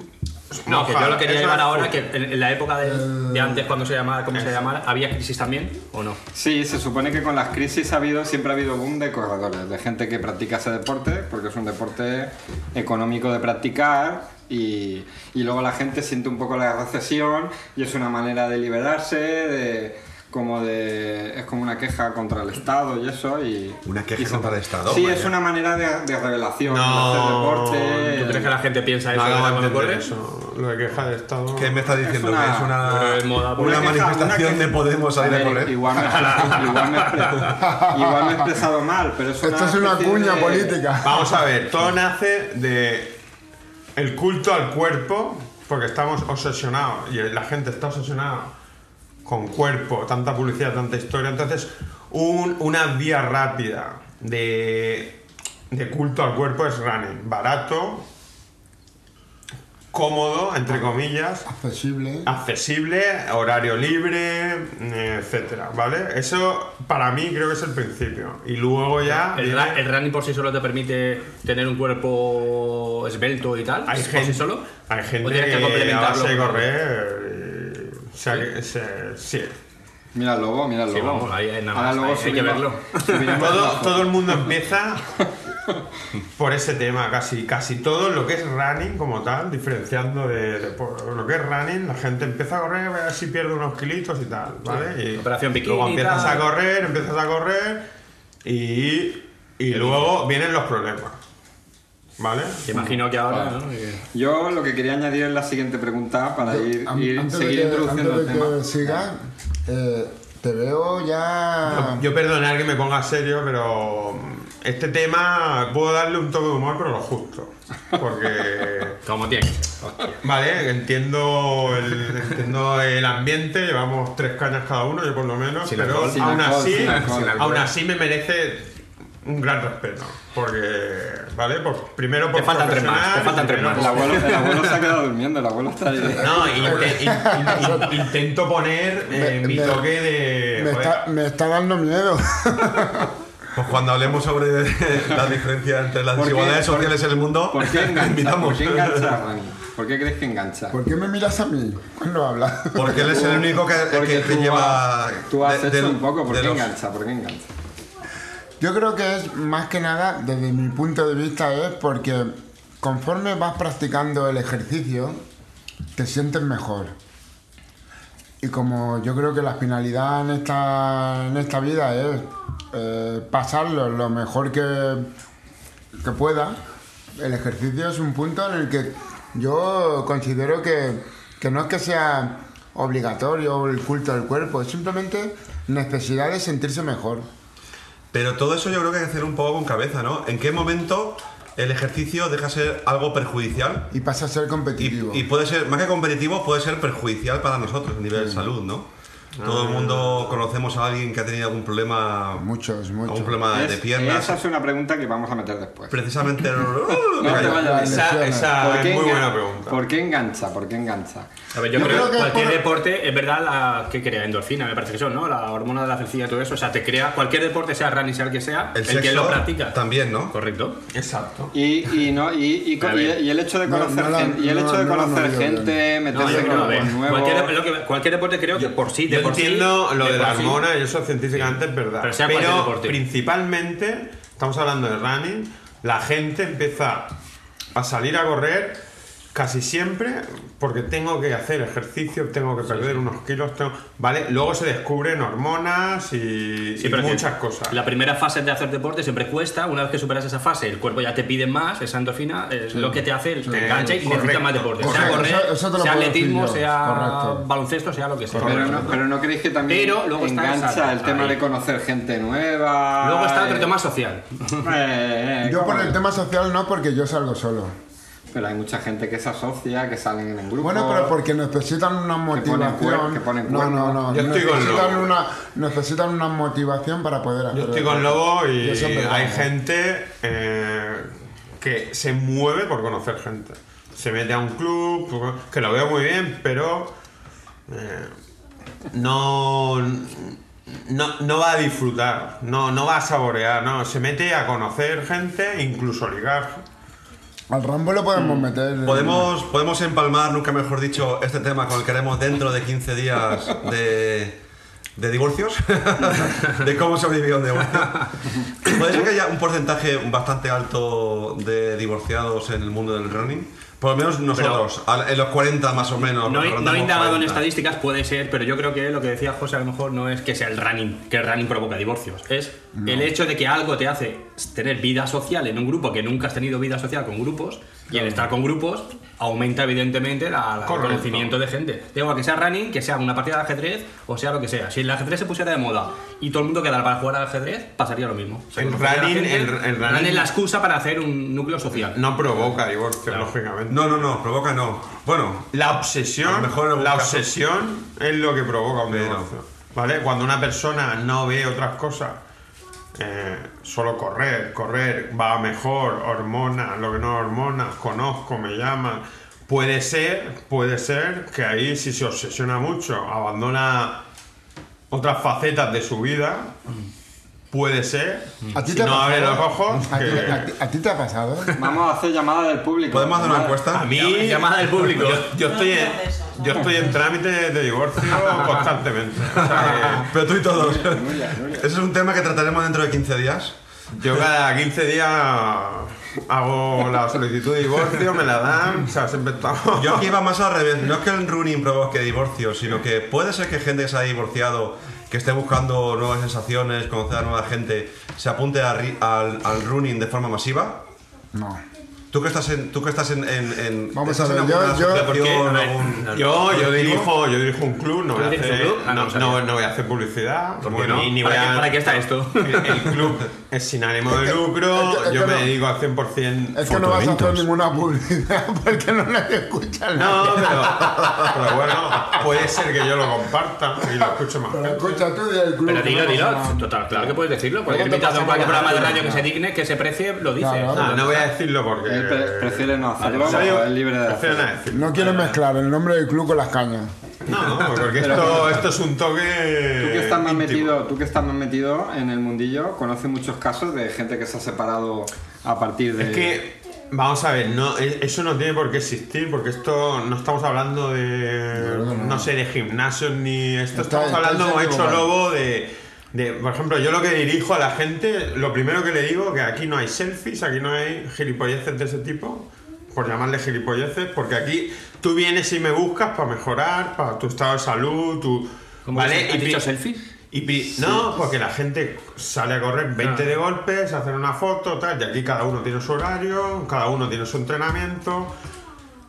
Speaker 6: No, que yo lo quería
Speaker 5: Eso
Speaker 6: llevar
Speaker 5: es
Speaker 6: ahora, que
Speaker 5: footing. Eh,
Speaker 6: en, en la época de, de antes, cuando se llamaba, ¿cómo se llamara? ¿Había crisis también o no?
Speaker 4: Sí, se supone que con las crisis ha habido, siempre ha habido boom de corredores, de gente que practica ese deporte, porque es un deporte económico de practicar y, y luego la gente siente un poco la recesión y es una manera de liberarse, de como de es como una queja contra el Estado y eso y
Speaker 2: Una queja
Speaker 4: y se-
Speaker 2: contra el Estado,
Speaker 4: sí
Speaker 2: vaya.
Speaker 4: es una manera de, de revelación
Speaker 5: No,
Speaker 4: de hacer
Speaker 6: ¿Tú
Speaker 4: deporte
Speaker 6: crees que la gente piensa
Speaker 5: No
Speaker 6: eso
Speaker 5: acabo de
Speaker 6: ¿verdad? cuando
Speaker 5: entender
Speaker 6: corre?
Speaker 5: eso. Lo de queja de estado.
Speaker 2: ¿Qué me estás diciendo?
Speaker 4: una-
Speaker 2: que es
Speaker 6: Pero
Speaker 2: una,
Speaker 6: es moda,
Speaker 2: una
Speaker 6: porque
Speaker 4: queja-
Speaker 2: manifestación
Speaker 4: una
Speaker 2: de Podemos salir a
Speaker 4: ver,
Speaker 2: correr.
Speaker 4: Igual me, igual, me he expresado- igual me he expresado mal, pero es una
Speaker 3: Esto es una
Speaker 4: especie
Speaker 3: cuña
Speaker 4: de-
Speaker 3: política.
Speaker 5: Vamos a ver, todo nace de el culto al cuerpo, porque estamos obsesionados y la gente está obsesionada con cuerpo, tanta publicidad, tanta historia. Entonces, un- una vía rápida de, de culto al cuerpo es running, barato, cómodo, entre comillas,
Speaker 3: Accesible.
Speaker 5: accesible, horario libre, eh, etcétera, ¿vale? Eso para mí creo que es el principio. Y luego ya
Speaker 6: El,
Speaker 5: viene-
Speaker 6: ra- el running por sí solo te permite tener un cuerpo esbelto y tal.
Speaker 5: hay
Speaker 6: por
Speaker 5: gente
Speaker 6: sí solo.
Speaker 5: hay
Speaker 6: O
Speaker 5: gente
Speaker 6: tienes que
Speaker 5: que a
Speaker 6: complementarlo.
Speaker 5: base de correr, eh, se, ha- se- sí.
Speaker 4: Mira el lobo, mira el
Speaker 6: Sí,
Speaker 4: lobo.
Speaker 6: vamos, ahí es nada
Speaker 4: Ahora
Speaker 6: más,
Speaker 4: luego
Speaker 6: hay- hay que
Speaker 4: subimos-
Speaker 6: verlo.
Speaker 4: subiremos
Speaker 5: Todo,
Speaker 4: la-
Speaker 5: todo el mundo empieza por ese tema, casi, casi todo lo que es running como tal, diferenciando de, de por- lo que es running, la gente empieza a correr, a ver si pierde unos kilitos y tal, ¿vale? Y
Speaker 6: Operación Bikini
Speaker 5: Luego
Speaker 6: y
Speaker 5: empiezas
Speaker 6: tal.
Speaker 5: a correr, empiezas a correr y, y luego vienen los problemas, ¿vale?
Speaker 6: Que imagino que ahora, ¿no? Que-
Speaker 4: Yo lo que quería añadir es la siguiente pregunta para ir,
Speaker 3: An-
Speaker 4: ir-
Speaker 3: antes de
Speaker 4: seguir
Speaker 3: que-
Speaker 4: introduciendo el
Speaker 3: antes de
Speaker 4: tema.
Speaker 3: que siga, eh, te veo ya.
Speaker 5: Yo perdonar que me ponga serio, pero mm, este tema puedo darle un toque de humor, pero lo justo. Porque
Speaker 6: Como tiene.
Speaker 5: Vale, entiendo el, entiendo el ambiente, llevamos tres cañas cada uno, yo por lo menos,
Speaker 6: Sin
Speaker 5: pero
Speaker 6: alcohol.
Speaker 4: Sin
Speaker 5: aún,
Speaker 4: alcohol,
Speaker 5: así,
Speaker 4: sin alcohol.
Speaker 5: aún así me merece un gran respeto. Porque, ¿vale? Por, primero por
Speaker 6: Te faltan tres más,
Speaker 5: profesional,
Speaker 6: te faltan tres
Speaker 5: primero
Speaker 6: más.
Speaker 4: El
Speaker 5: por-
Speaker 4: abuelo, el abuelo se ha quedado durmiendo, el abuelo está ahí.
Speaker 5: No, inte- in- in- intento poner eh,
Speaker 3: Me-
Speaker 5: mi
Speaker 3: me-
Speaker 5: toque de...
Speaker 3: me,
Speaker 5: eh, joder,
Speaker 3: está, me está dando miedo.
Speaker 2: Pues cuando hablemos sobre la diferencia entre las
Speaker 4: ¿Por qué?
Speaker 2: desigualdades sociales en el mundo,
Speaker 4: ¿Por qué engancha? ¿Por
Speaker 2: invitamos.
Speaker 4: qué engancha, Rani? ¿Por qué crees que engancha?
Speaker 3: ¿Por qué me miras a mí cuando hablas?
Speaker 2: Porque él es el único que, que-
Speaker 4: Porque
Speaker 2: que
Speaker 4: tú
Speaker 2: lleva.
Speaker 4: has- Tú has
Speaker 2: de-
Speaker 4: hecho
Speaker 2: del-
Speaker 4: un poco, ¿por
Speaker 2: de
Speaker 4: qué
Speaker 2: los-
Speaker 4: engancha? ¿Por qué engancha?
Speaker 3: Yo creo que es más que nada, desde mi punto de vista, es porque conforme vas practicando el ejercicio, te sientes mejor. Y como yo creo que la finalidad en esta, en esta vida es eh, pasarlo lo mejor que, que pueda, el ejercicio es un punto en el que Yo considero que, que no es que sea obligatorio el culto al cuerpo, es simplemente necesidad de sentirse mejor.
Speaker 2: Pero todo eso yo creo que hay que hacer un poco con cabeza, ¿no? ¿En qué momento el ejercicio deja ser algo perjudicial?
Speaker 3: Y pasa a ser competitivo.
Speaker 2: Y, y puede ser, más que competitivo, puede ser perjudicial para nosotros a nivel de salud, ¿no?
Speaker 4: Ah.
Speaker 2: Todo el mundo conocemos a alguien que ha tenido algún problema,
Speaker 3: Muchos, muchos.
Speaker 2: algún problema Ah, de
Speaker 4: Es-
Speaker 2: piernas.
Speaker 4: Esa es una pregunta que vamos a meter después.
Speaker 2: Precisamente.
Speaker 4: No te vayas.
Speaker 5: Esa, esa
Speaker 4: ¿Por qué
Speaker 5: es muy
Speaker 4: engan-
Speaker 5: buena pregunta.
Speaker 4: ¿Por qué engancha? ¿Por qué engancha?
Speaker 6: A ver, yo,
Speaker 3: Yo
Speaker 6: creo,
Speaker 3: creo que
Speaker 6: que cualquier
Speaker 3: por-
Speaker 6: deporte, es verdad, la, que crea endorfina, me parece que son, ¿no? La hormona de la felicidad y todo eso. O sea, te crea cualquier deporte, sea running, sea el que sea, el, que lo practica.
Speaker 2: también, ¿no?
Speaker 6: Correcto.
Speaker 5: Exacto.
Speaker 4: Y, y no, y, y co-
Speaker 6: A ver.
Speaker 4: y- y el hecho de
Speaker 3: No,
Speaker 4: conocer,
Speaker 3: no la-
Speaker 4: gen- y el
Speaker 3: no,
Speaker 4: hecho de
Speaker 3: no la
Speaker 4: conocer
Speaker 3: hemos leído
Speaker 4: gente,
Speaker 6: No, yo
Speaker 4: meterse
Speaker 6: creo,
Speaker 4: con
Speaker 6: a ver,
Speaker 4: grupos
Speaker 6: cualquier,
Speaker 4: nuevos.
Speaker 6: lo que- cualquier deporte creo que por sí, de
Speaker 5: Yo
Speaker 6: por sí,
Speaker 5: entiendo lo de, la
Speaker 6: por sí.
Speaker 5: hormona y eso científicamente es verdad.
Speaker 6: Pero sea cualquier deporte.
Speaker 5: principalmente, estamos hablando de running, la gente empieza a salir a correr casi siempre porque tengo que hacer ejercicio, tengo que perder unos kilos, tengo- ¿vale? Luego se descubren hormonas y,
Speaker 6: Sí,
Speaker 5: y
Speaker 6: pero que
Speaker 5: muchas cosas.
Speaker 6: La primera fase de hacer deporte siempre cuesta. Una vez que superas esa fase, el cuerpo ya te pide más, esa endorfina, es lo que te hace, te engancha y necesitas
Speaker 5: correcto,
Speaker 6: más deporte. sea
Speaker 3: correcto.
Speaker 6: correr,
Speaker 3: Eso- eso te lo
Speaker 6: sea
Speaker 3: puedo
Speaker 6: atletismo,
Speaker 3: decir yo,
Speaker 6: sea
Speaker 3: correcto.
Speaker 6: baloncesto, sea lo que sea.
Speaker 4: Pero no, pero no creéis que también
Speaker 6: Pero luego está
Speaker 4: engancha
Speaker 6: esa-
Speaker 4: el tema
Speaker 6: ahí.
Speaker 4: de conocer gente nueva.
Speaker 6: Luego está
Speaker 4: eh,
Speaker 6: otro tema social.
Speaker 4: eh, eh,
Speaker 3: Yo por
Speaker 4: ¿cómo?
Speaker 3: el tema social no, porque yo salgo solo.
Speaker 4: Pero hay mucha gente que se asocia, que salen en grupo.
Speaker 3: Bueno, pero porque necesitan una
Speaker 4: ponen cuer-
Speaker 3: motivación.
Speaker 4: que ponen
Speaker 3: no,
Speaker 4: cuernos.
Speaker 3: no, no.
Speaker 5: Yo estoy con
Speaker 3: necesitan,
Speaker 5: Lobo.
Speaker 3: una, necesitan una motivación para poder hacer.
Speaker 5: Yo estoy
Speaker 3: el
Speaker 5: con
Speaker 3: deporte.
Speaker 5: Lobo
Speaker 3: Y
Speaker 5: y
Speaker 3: eso es verdad,
Speaker 5: hay
Speaker 3: ¿no?
Speaker 5: gente eh, que se mueve por conocer gente. Se mete a un club, que lo veo muy bien, pero eh, no, no, no va a disfrutar, no, no va a saborear, no. Se mete a conocer gente, incluso ligar.
Speaker 3: Al Rambo lo
Speaker 5: Mm.
Speaker 3: podemos meter.
Speaker 2: Podemos, podemos empalmar, nunca mejor dicho, este tema con el que haremos dentro de 15 días de, de divorcios, de cómo sobrevivir a un divorcio. Puede ser que haya un porcentaje bastante alto de divorciados en el mundo del running. Por lo menos nosotros, al- en los 40 más o menos.
Speaker 6: No, he- no
Speaker 2: rondamos
Speaker 6: he indagado en
Speaker 2: 40.
Speaker 6: estadísticas, puede ser, pero yo creo que lo que decía José a lo mejor no es que sea el running, que el running provoca divorcios. Es el hecho de que algo te hace tener vida social en un grupo que nunca has tenido vida social con grupos, y el estar con grupos aumenta evidentemente la, la- el
Speaker 5: Correcto.
Speaker 6: conocimiento de gente. Da igual que sea running, que sea una partida de ajedrez o sea lo que sea. Si el ajedrez se pusiera de moda y todo el mundo quedara para jugar al ajedrez, pasaría lo mismo. O sea,
Speaker 5: El
Speaker 6: conocer a la
Speaker 5: running-
Speaker 6: gente,
Speaker 5: el- el
Speaker 6: running es la
Speaker 5: running-
Speaker 6: excusa para hacer un núcleo social.
Speaker 5: No provoca divorcio, lógicamente.
Speaker 2: No, no, no, provoca no. Bueno,
Speaker 5: La
Speaker 2: A
Speaker 5: obsesión,
Speaker 2: lo mejor en algún
Speaker 5: la
Speaker 2: caso-
Speaker 5: obsesión es lo que provoca un
Speaker 2: Pero-
Speaker 5: divorcio, ¿vale? Cuando una persona no ve otras cosas, eh, solo correr, correr, va mejor, hormonas, lo que no hormonas, conozco, me llaman. Puede ser, puede ser que ahí si se obsesiona mucho, abandona otras facetas de su vida. Puede ser.
Speaker 3: ¿A ti
Speaker 5: Si
Speaker 3: te ha
Speaker 5: no abre
Speaker 3: pasado?
Speaker 5: los ojos.
Speaker 3: ¿A ti-
Speaker 5: que-
Speaker 3: a ti- a ti te ha pasado?
Speaker 4: Vamos a hacer llamada del público.
Speaker 2: podemos hacer una
Speaker 4: Llamada-
Speaker 2: encuesta.
Speaker 5: A mí.
Speaker 6: Llamada del público.
Speaker 5: Yo, yo estoy en, yo estoy en trámite de divorcio
Speaker 6: Ah.
Speaker 5: constantemente. O sea
Speaker 2: Pero tú y todos. Ese es un tema que trataremos dentro de 15 días.
Speaker 5: que yo cada 15 días hago la solicitud de divorcio, me la dan, o sea, siempre estamos.
Speaker 2: Yo aquí iba más al revés. No es que el running provoque divorcio, sino que puede ser que gente que se haya divorciado, que esté buscando nuevas sensaciones, conocer a nueva gente, se apunte a ri- al, al running de forma masiva.
Speaker 3: No.
Speaker 2: Tú que estás en. Tú que estás en, en- en-
Speaker 3: Vamos
Speaker 2: estás
Speaker 3: a ver,
Speaker 2: en
Speaker 3: yo-
Speaker 2: alguna
Speaker 3: yo-
Speaker 2: asociación,
Speaker 6: Porque, a ver,
Speaker 2: algún-
Speaker 5: Yo, yo dirijo, yo dirijo un club, no voy a
Speaker 6: ¿Tú diriges un
Speaker 5: hacer,
Speaker 6: club? Ah, no
Speaker 5: no,
Speaker 6: lo sabía.
Speaker 5: no- no voy a hacer publicidad,
Speaker 2: Porque
Speaker 5: ni-
Speaker 2: no.
Speaker 5: ni voy
Speaker 6: ¿Para
Speaker 5: a-
Speaker 6: qué- para qué está esto?
Speaker 5: El, el club es sin ánimo de
Speaker 3: es
Speaker 5: lucro,
Speaker 3: que- es
Speaker 5: yo
Speaker 3: que
Speaker 5: me
Speaker 3: no.
Speaker 5: dedico al 100%.
Speaker 3: Es que no vas a hacer
Speaker 5: fotoeventos.
Speaker 3: ninguna publicidad porque no nos escucha
Speaker 5: No,
Speaker 3: nadie.
Speaker 5: pero, pero bueno, puede ser que yo lo comparta y lo escuche más
Speaker 3: Pero
Speaker 5: gente.
Speaker 3: escucha tú y el club.
Speaker 6: Pero dilo,
Speaker 3: no
Speaker 6: dilo.
Speaker 3: pasa nada.
Speaker 6: Total, claro que puedes decirlo. Cualquier
Speaker 3: Luego te
Speaker 6: invitado a
Speaker 3: pasamos
Speaker 6: cualquier
Speaker 3: la
Speaker 6: programa de
Speaker 3: radio,
Speaker 6: radio que
Speaker 3: ¿no?
Speaker 6: se digne, que se precie, lo dice.
Speaker 3: Claro.
Speaker 5: Ah, No, no voy a decirlo porque.
Speaker 4: Él Eh, pre- prefiere no hacerlo,
Speaker 5: ¿En serio?
Speaker 4: es libre de
Speaker 5: Prefiero
Speaker 4: hacerlo.
Speaker 5: no decirlo.
Speaker 3: No quiero mezclar el nombre del club con las cañas.
Speaker 5: No, no, porque esto, esto es un toque.
Speaker 4: Tú que, estás más
Speaker 5: íntimo.
Speaker 4: metido, tú que estás más metido en el mundillo, conoces muchos casos de gente que se ha separado a partir de...
Speaker 5: Es que. Vamos a ver, no, e- eso no tiene por qué existir, porque esto no estamos hablando de.
Speaker 3: creo que no.
Speaker 5: No, sé, de gimnasios ni. Esto
Speaker 3: Está-
Speaker 5: estamos hablando,
Speaker 3: está
Speaker 5: como ha hecho
Speaker 3: equivocado.
Speaker 5: Lobo, de, de. Por ejemplo, yo lo que dirijo a la gente, lo primero que le digo que aquí no hay selfies, aquí no hay gilipolleces de ese tipo, por llamarle gilipolleces, porque aquí tú vienes y me buscas para mejorar, para tu estado de salud, tu.
Speaker 6: ¿Cómo que se- ¿Has
Speaker 5: pri-
Speaker 6: dicho selfie?
Speaker 5: y pri- no, porque la gente sale a correr 20 de golpes, hacen una foto, tal, y aquí cada uno tiene su horario, cada uno tiene su entrenamiento.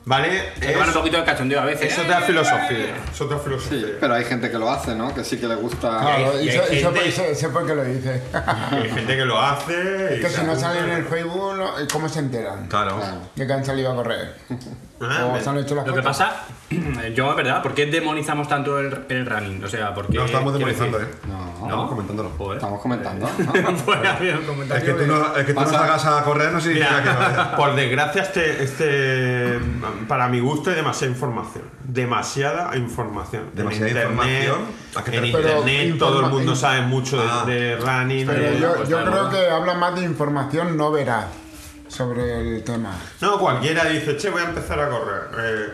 Speaker 5: ¿Vale?
Speaker 6: Hay que llevar un
Speaker 5: Es-
Speaker 6: poquito de cachondeo a veces.
Speaker 5: es otra filosofía. Es otra
Speaker 4: Sí,
Speaker 5: filosofía.
Speaker 4: pero hay gente que lo hace, ¿no? Que sí que le gusta.
Speaker 3: Claro,
Speaker 6: y
Speaker 3: y
Speaker 6: hay
Speaker 3: sé- y sé por-
Speaker 6: gente-
Speaker 3: sé- sé por qué lo dice.
Speaker 5: Hay gente que lo hace. y
Speaker 3: Que si
Speaker 5: se
Speaker 3: no
Speaker 5: apunta.
Speaker 3: salen en el Facebook, no- ¿cómo se enteran?
Speaker 2: Claro.
Speaker 3: De que han salido a correr.
Speaker 5: Ah,
Speaker 3: o
Speaker 5: me-
Speaker 3: se han hecho las
Speaker 6: Lo que
Speaker 3: fotos.
Speaker 6: pasa, yo, ¿verdad? ¿Por qué demonizamos tanto el, el running? O sea, porque.
Speaker 2: No estamos
Speaker 6: quiero
Speaker 2: demonizando, ¿eh?
Speaker 6: decir-
Speaker 4: No,
Speaker 6: No,
Speaker 2: comentándolo.
Speaker 6: Joder.
Speaker 4: estamos comentando. ¿no?
Speaker 6: Pues ha habido un comentario
Speaker 2: El que tú
Speaker 6: de-
Speaker 2: no, el que tú no
Speaker 4: Pasa-
Speaker 2: salgas a correr no significa que no vayas.
Speaker 5: Mira, por desgracia, este, este, para mi gusto hay demasiada información. Demasiada información.
Speaker 2: Demasiada
Speaker 5: en internet,
Speaker 2: información. ¿A qué te
Speaker 5: en
Speaker 2: refieres?
Speaker 5: internet
Speaker 3: Pero
Speaker 5: todo el
Speaker 3: informa-
Speaker 5: mundo sabe mucho de,
Speaker 2: Ah.
Speaker 5: de running.
Speaker 3: Pero
Speaker 5: de-
Speaker 3: yo,
Speaker 6: pues,
Speaker 3: yo
Speaker 6: está
Speaker 3: creo
Speaker 6: bueno.
Speaker 3: que habla más de información no verá sobre el tema.
Speaker 5: No, cualquiera dice, che, voy a empezar a correr. Eh,